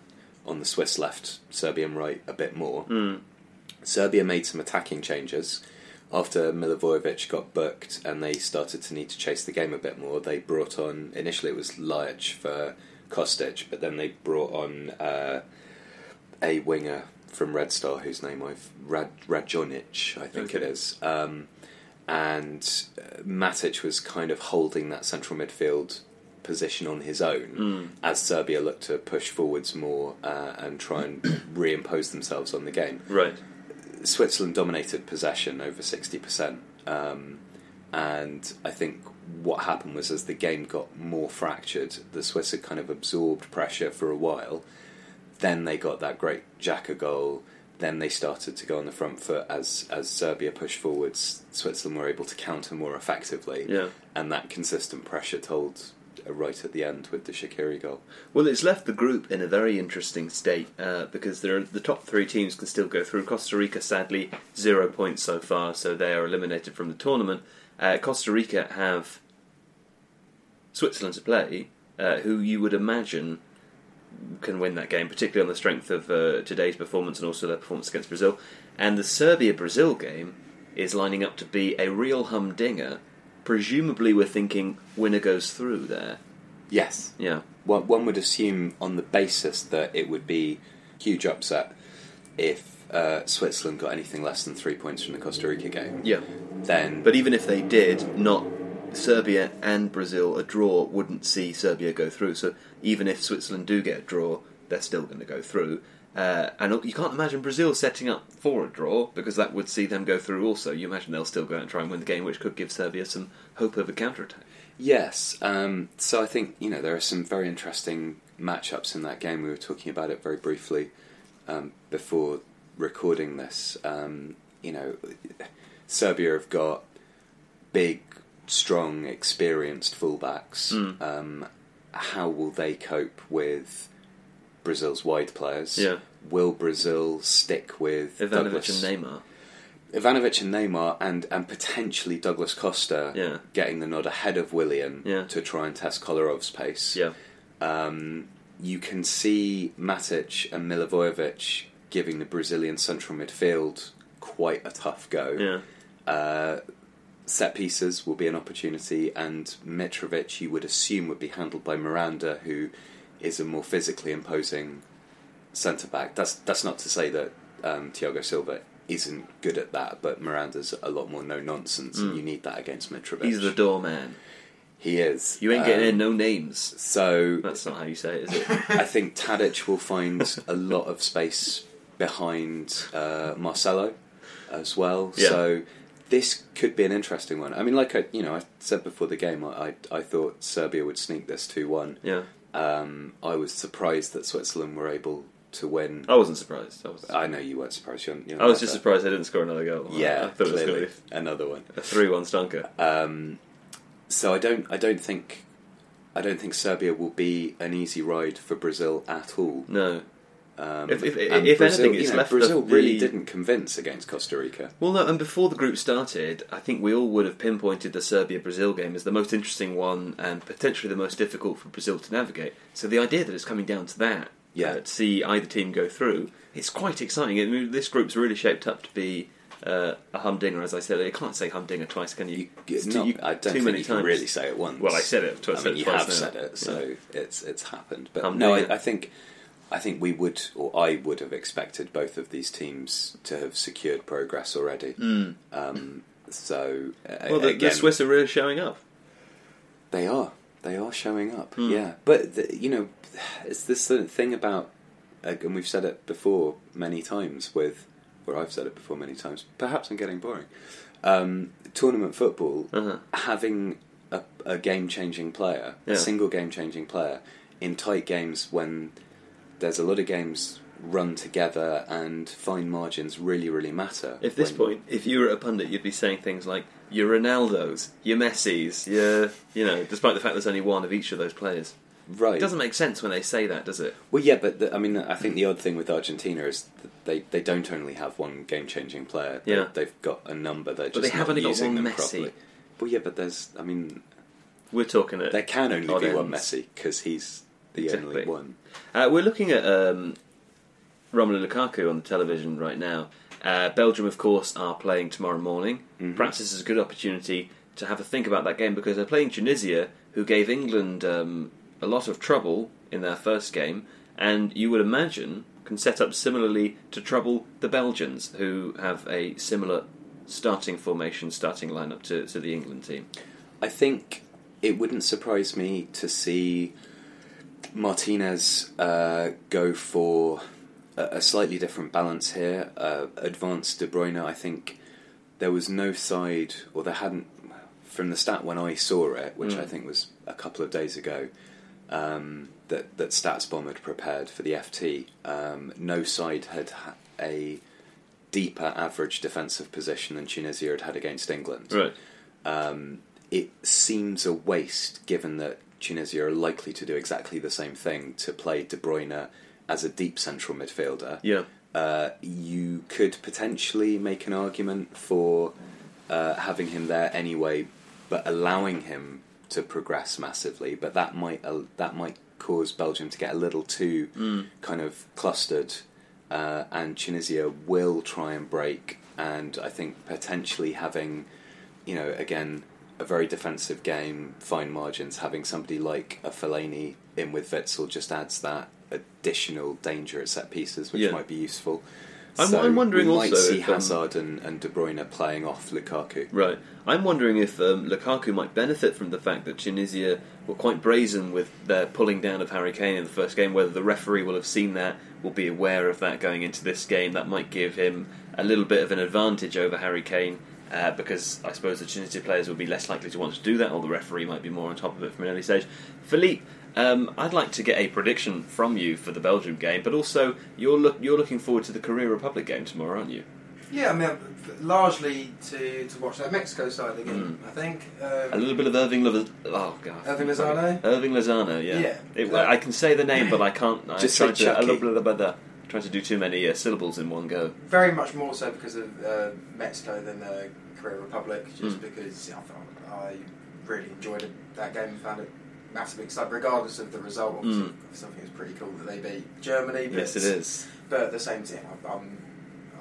Speaker 2: on the Swiss left, Serbian right a bit more. Serbia made some attacking changes after Milivojevic got booked and they started to need to chase the game a bit more. They brought on initially it was Lajic for Kostic, but then they brought on uh, a winger from Red Star whose name I've Rad Radjonic, I think it
Speaker 3: Okay.
Speaker 2: is. Um, and uh, Matic was kind of holding that central midfield position on his own
Speaker 1: Hmm.
Speaker 3: Hmm,
Speaker 2: as Serbia looked to push forwards more uh, and try and reimpose themselves on the game.
Speaker 3: Right.
Speaker 2: Switzerland dominated possession over 60%. Um, and I think what happened was as the game got more fractured, the Swiss had kind of absorbed pressure for a while. Then they got that great Xhaka goal. Then they started to go on the front foot as, as Serbia pushed forwards. Switzerland were able to counter more effectively.
Speaker 3: Yeah.
Speaker 2: And that consistent pressure told uh, right at the end with the Shakiri goal.
Speaker 1: Well, it's left the group in a very interesting state uh, because there are, the top three teams can still go through. Costa Rica, sadly, zero points so far, so they are eliminated from the tournament. Uh, Costa Rica have Switzerland to play, uh, who you would imagine can win that game, particularly on the strength of uh, today's performance and also their performance against Brazil. And the Serbia Brazil game is lining up to be a real humdinger. Presumably, we're thinking winner goes through there.
Speaker 2: Yes.
Speaker 1: Yeah.
Speaker 2: one, one would assume on the basis that it would be huge upset if uh, Switzerland got anything less than three points from the Costa Rica game.
Speaker 1: Yeah.
Speaker 2: Then,
Speaker 1: But even if they did, not Serbia and Brazil a draw wouldn't see Serbia go through. So even if Switzerland do get a draw, they're still going to go through. Uh, and you can't imagine Brazil setting up for a draw because that would see them go through. Also, you imagine they'll still go out and try and win the game, which could give Serbia some hope of a counter attack.
Speaker 2: yes, um, so I think you know there are some very interesting matchups in that game. We were talking about it very briefly um, before recording this. Um, you know, Serbia have got big, strong, experienced fullbacks.
Speaker 3: Hmm.
Speaker 2: Um, how will they cope with Brazil's wide players?
Speaker 3: Yeah.
Speaker 2: Will Brazil stick with
Speaker 3: Ivanovic
Speaker 2: Douglas-
Speaker 3: and Neymar.
Speaker 2: Ivanovic and Neymar, and and potentially Douglas Costa
Speaker 3: Yeah.
Speaker 2: getting the nod ahead of Willian
Speaker 3: Yeah.
Speaker 2: to try and test Kolarov's pace?
Speaker 3: Yeah.
Speaker 2: Um, you can see Matic and Milivojevic giving the Brazilian central midfield quite a tough go
Speaker 3: Yeah.
Speaker 2: uh, set pieces will be an opportunity, and Mitrovic, you would assume, would be handled by Miranda, who is a more physically imposing centre back. That's that's not to say that um, Thiago Silva isn't good at that, but Miranda's a lot more no nonsense, and you need that against Mitrovic.
Speaker 1: Mm. He's the doorman.
Speaker 2: he is.
Speaker 1: You ain't getting
Speaker 2: Um,
Speaker 1: in no names.
Speaker 2: So
Speaker 3: That's not how you say it, is it?
Speaker 2: I think Tadic will find a lot of space behind uh, Marcelo as well.
Speaker 1: Yeah.
Speaker 2: So this could be an interesting one. I mean, like I, you know, I said before the game, I I, I thought Serbia would sneak this two one.
Speaker 1: Yeah,
Speaker 2: Um, I was surprised that Switzerland were able to win.
Speaker 1: I wasn't surprised. I was.
Speaker 2: I know you weren't surprised. You're, you're
Speaker 1: Oh. I was
Speaker 2: not
Speaker 1: just
Speaker 2: that-
Speaker 1: surprised they didn't score another goal.
Speaker 2: uh, Yeah,
Speaker 1: I thought it was
Speaker 2: clearly
Speaker 1: going to be
Speaker 2: another one.
Speaker 1: a three-one stunker.
Speaker 2: Um, so I don't, I don't think, I don't think Serbia will be an easy ride for Brazil at all.
Speaker 1: No,
Speaker 2: Um,
Speaker 1: If- if-
Speaker 2: and
Speaker 1: if
Speaker 2: Brazil,
Speaker 1: anything,
Speaker 2: you
Speaker 1: it's
Speaker 2: know,
Speaker 1: left
Speaker 2: Brazil
Speaker 1: of the-
Speaker 2: really didn't convince against Costa Rica.
Speaker 1: Well, no, and before the group started, I think we all would have pinpointed the Serbia Brazil game as the most interesting one and potentially the most difficult for Brazil to navigate. So the idea that it's coming down to that, uh,
Speaker 2: Yeah.
Speaker 1: to see either team go through, it's quite exciting. I mean, this group's really shaped up to be uh, a humdinger, as I said. You can't say humdinger twice, can you?
Speaker 2: You,
Speaker 1: It's
Speaker 2: not,
Speaker 1: too- you-
Speaker 2: I don't
Speaker 1: too
Speaker 2: think
Speaker 1: many
Speaker 2: you
Speaker 1: times.
Speaker 2: can really say it once.
Speaker 1: Well, I said it twice.
Speaker 2: I mean, you
Speaker 1: twice
Speaker 2: have
Speaker 1: now.
Speaker 2: said it, so
Speaker 1: Yeah.
Speaker 2: it's it's happened. But
Speaker 1: I'm
Speaker 2: no,
Speaker 1: doing it.
Speaker 2: I, I think I think we would, or I would have expected both of these teams to have secured progress already. Um, so a-
Speaker 1: Mm. Hmm. Well, the,
Speaker 2: again,
Speaker 1: the Swiss are really showing up.
Speaker 2: They are. They are showing up.
Speaker 1: Hmm.
Speaker 2: Yeah, but the, you know, it's this sort of thing about, uh, and we've said it before many times. With, or I've said it before many times. Perhaps I'm getting boring. Um, tournament football
Speaker 1: Uh-huh.
Speaker 2: having a, a game-changing player,
Speaker 1: Yeah.
Speaker 2: a single game-changing player, in tight games when there's a lot of games run together and fine margins really, really matter.
Speaker 1: At this
Speaker 2: when-
Speaker 1: point, if you were a pundit, you'd be saying things like "your Ronaldo's, your Messi's, your you know." Despite the fact there's only one of each of those players,
Speaker 2: right?
Speaker 1: it doesn't make sense when they say that, does it?
Speaker 2: Well, yeah, but the, I mean, I think the odd thing with Argentina is that they, they don't only have one game changing player. They,
Speaker 1: Yeah.
Speaker 2: they've got a number. They're
Speaker 1: But
Speaker 2: just
Speaker 1: they have
Speaker 2: not
Speaker 1: only got
Speaker 2: using
Speaker 1: one
Speaker 2: them
Speaker 1: Messi.
Speaker 2: properly. Well, yeah, but there's. I mean,
Speaker 1: We're talking it.
Speaker 2: there can only
Speaker 1: Odd
Speaker 2: be one
Speaker 1: ends.
Speaker 2: Messi because he's the
Speaker 1: Exactly.
Speaker 2: only one.
Speaker 1: Uh, we're looking at um, Romelu Lukaku on the television right now. Uh, Belgium, of course, are playing tomorrow morning. Perhaps this is a good opportunity to have a think about that game because they're playing Tunisia, who gave England um, a lot of trouble in their first game, and you would imagine can set up similarly to trouble the Belgians, who have a similar starting formation, starting lineup to, to the England team.
Speaker 2: I think it wouldn't surprise me to see Martinez uh, go for a, a slightly different balance here. Uh, advanced De Bruyne, I think there was no side, or there hadn't, from the stat when I saw it, which I think was a couple of days ago, um, that, that Statsbomb had prepared for the FT, um, no side had ha- a deeper average defensive position than Tunisia had had against England
Speaker 1: Right.
Speaker 2: it seems a waste given that Tunisia are likely to do exactly the same thing to play De Bruyne as a deep central midfielder.
Speaker 1: Yeah.
Speaker 2: Uh, you could potentially make an argument for uh, having him there anyway, but allowing him to progress massively. But that might uh, that might cause Belgium to get a little too kind of clustered, uh, and Tunisia will try and break. And I think potentially having, you know, again a very defensive game, fine margins. Having somebody like a Fellaini in with Witzel just adds that additional danger at set pieces, which
Speaker 1: Yeah.
Speaker 2: might be useful.
Speaker 1: I'm- I'm wondering
Speaker 2: we might
Speaker 1: also
Speaker 2: see
Speaker 1: if, um,
Speaker 2: Hazard and, and De Bruyne playing off Lukaku.
Speaker 1: Right. I'm wondering if um, Lukaku might benefit from the fact that Tunisia were quite brazen with their pulling down of Harry Kane in the first game. Whether the referee will have seen that, will be aware of that going into this game, that might give him a little bit of an advantage over Harry Kane. Uh, because I suppose the Tunisia players will be less likely to want to do that, or the referee might be more on top of it from an early stage. Philippe, um, I'd like to get a prediction from you for the Belgium game, but also you're look you're looking forward to the Korea Republic game tomorrow, aren't you?
Speaker 3: Yeah, I mean, I've- largely to, to watch that Mexico side of the game,
Speaker 1: Mm.
Speaker 3: I think.
Speaker 1: A
Speaker 3: Um,
Speaker 1: little bit of Irving Lozano. Oh god,
Speaker 3: Irving Lozano?
Speaker 1: Irving Lozano. Yeah.
Speaker 3: Yeah.
Speaker 1: It- well, I can say the name, but I can't. I
Speaker 2: Just
Speaker 1: try
Speaker 2: say
Speaker 1: to, a little
Speaker 2: Chucky.
Speaker 1: bit about that. Try to do too many uh, syllables in one go.
Speaker 3: very much more so because of uh, Mexico than the Korea Republic, just
Speaker 1: Hmm.
Speaker 3: because I, thought I really enjoyed it, that game and found it massively exciting, regardless of the result. Obviously,
Speaker 1: Mm.
Speaker 3: obviously I think it was pretty cool that they beat Germany. But
Speaker 1: Yes, it is.
Speaker 3: But at the same time, I'm, I'm-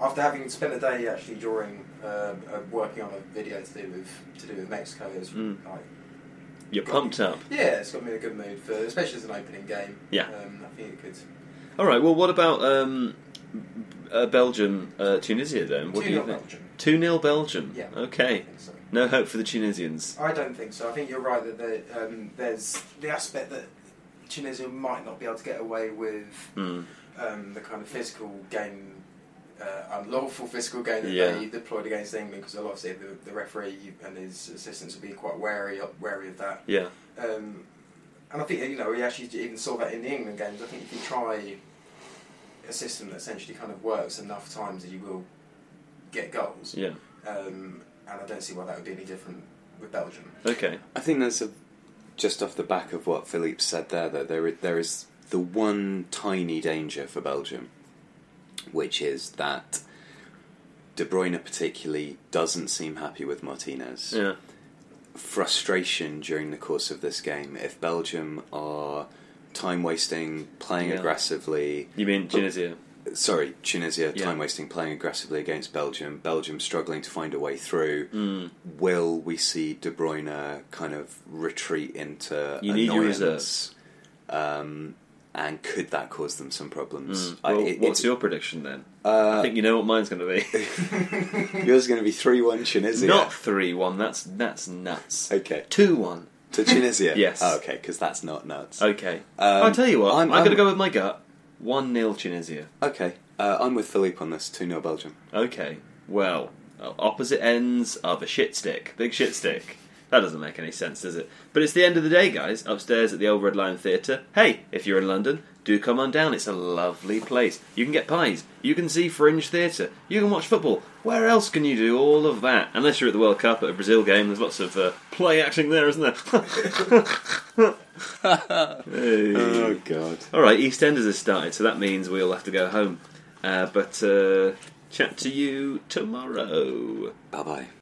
Speaker 3: after having spent a day actually drawing, uh, uh, working on a video to do with to do with Mexico, it's
Speaker 1: Mm.
Speaker 3: like
Speaker 1: You're pumped up.
Speaker 3: yeah, it's got me in a good mood for, especially as an opening game.
Speaker 1: Yeah.
Speaker 3: um, I think it could.
Speaker 1: All right. Well, what about um, uh, Belgium, uh, Tunisia then? What do you
Speaker 3: 2-0
Speaker 1: think?
Speaker 3: Belgium.
Speaker 1: Two 0 Belgium.
Speaker 3: Yeah. I
Speaker 1: Okay.
Speaker 3: think so.
Speaker 1: No hope for the Tunisians.
Speaker 3: I don't think so. I think you're right that the, um, there's the aspect that Tunisia might not be able to get away with
Speaker 1: Mm.
Speaker 3: um, the kind of physical game unlawful fiscal gain that
Speaker 1: Yeah.
Speaker 3: they deployed against England because obviously the, the referee and his assistants would be quite wary wary of that.
Speaker 1: Yeah.
Speaker 3: Um, and I think you know we actually even saw that in the England games. I think if you try a system that essentially kind of works enough times, you will get goals.
Speaker 1: Yeah.
Speaker 3: Um, and I don't see why that would be any different with Belgium.
Speaker 1: Okay.
Speaker 2: I think that's a, just off the back of what Philippe said there, though, there, i- there is the one tiny danger for Belgium, which is that De Bruyne, particularly, doesn't seem happy with Martinez.
Speaker 1: Yeah.
Speaker 2: Frustration during the course of this game. If Belgium are time wasting, playing
Speaker 1: Yeah.
Speaker 2: aggressively,
Speaker 1: You mean Tunisia?
Speaker 2: sorry, Tunisia,
Speaker 1: Yeah.
Speaker 2: time wasting, playing aggressively against Belgium, Belgium struggling to find a way through.
Speaker 1: Mm.
Speaker 2: Will we see De Bruyne kind of retreat into
Speaker 1: You need your
Speaker 2: annoyance?
Speaker 1: reserves.
Speaker 2: Um, and could that cause them some problems?
Speaker 1: Hmm. Mm. Well,
Speaker 2: I, it-
Speaker 1: what's
Speaker 2: it's-
Speaker 1: your prediction then? I
Speaker 2: uh,
Speaker 1: think you know what mine's going to be.
Speaker 2: yours is going to be three one Tunisia.
Speaker 1: Not three one. That's that's nuts.
Speaker 2: okay
Speaker 1: Two one.
Speaker 2: to Tunisia.
Speaker 1: Yes.
Speaker 2: Oh, okay, because that's not nuts.
Speaker 1: Okay.
Speaker 2: Um,
Speaker 1: I'll tell you what. I'm,
Speaker 2: I'm-
Speaker 1: going to
Speaker 2: I'm-
Speaker 1: go with my gut. One 0 Tunisia.
Speaker 2: Okay, uh, I'm with Philippe on this. Two 0 Belgium.
Speaker 1: Okay. Well, uh, opposite ends of a shit stick. Big shit stick. That doesn't make any sense, does it? But it's the end of the day, guys, upstairs at the Old Red Lion Theatre. Hey, if you're in London, do come on down. It's a lovely place. You can get pies. You can see fringe theatre. You can watch football. Where else can you do all of that? Unless you're at the World Cup at a Brazil game, there's lots of uh, play acting there, isn't there? Hey.
Speaker 2: God.
Speaker 1: All right, EastEnders has started, so that means we all have to go home. Uh, but uh, chat to you tomorrow.
Speaker 2: Bye bye.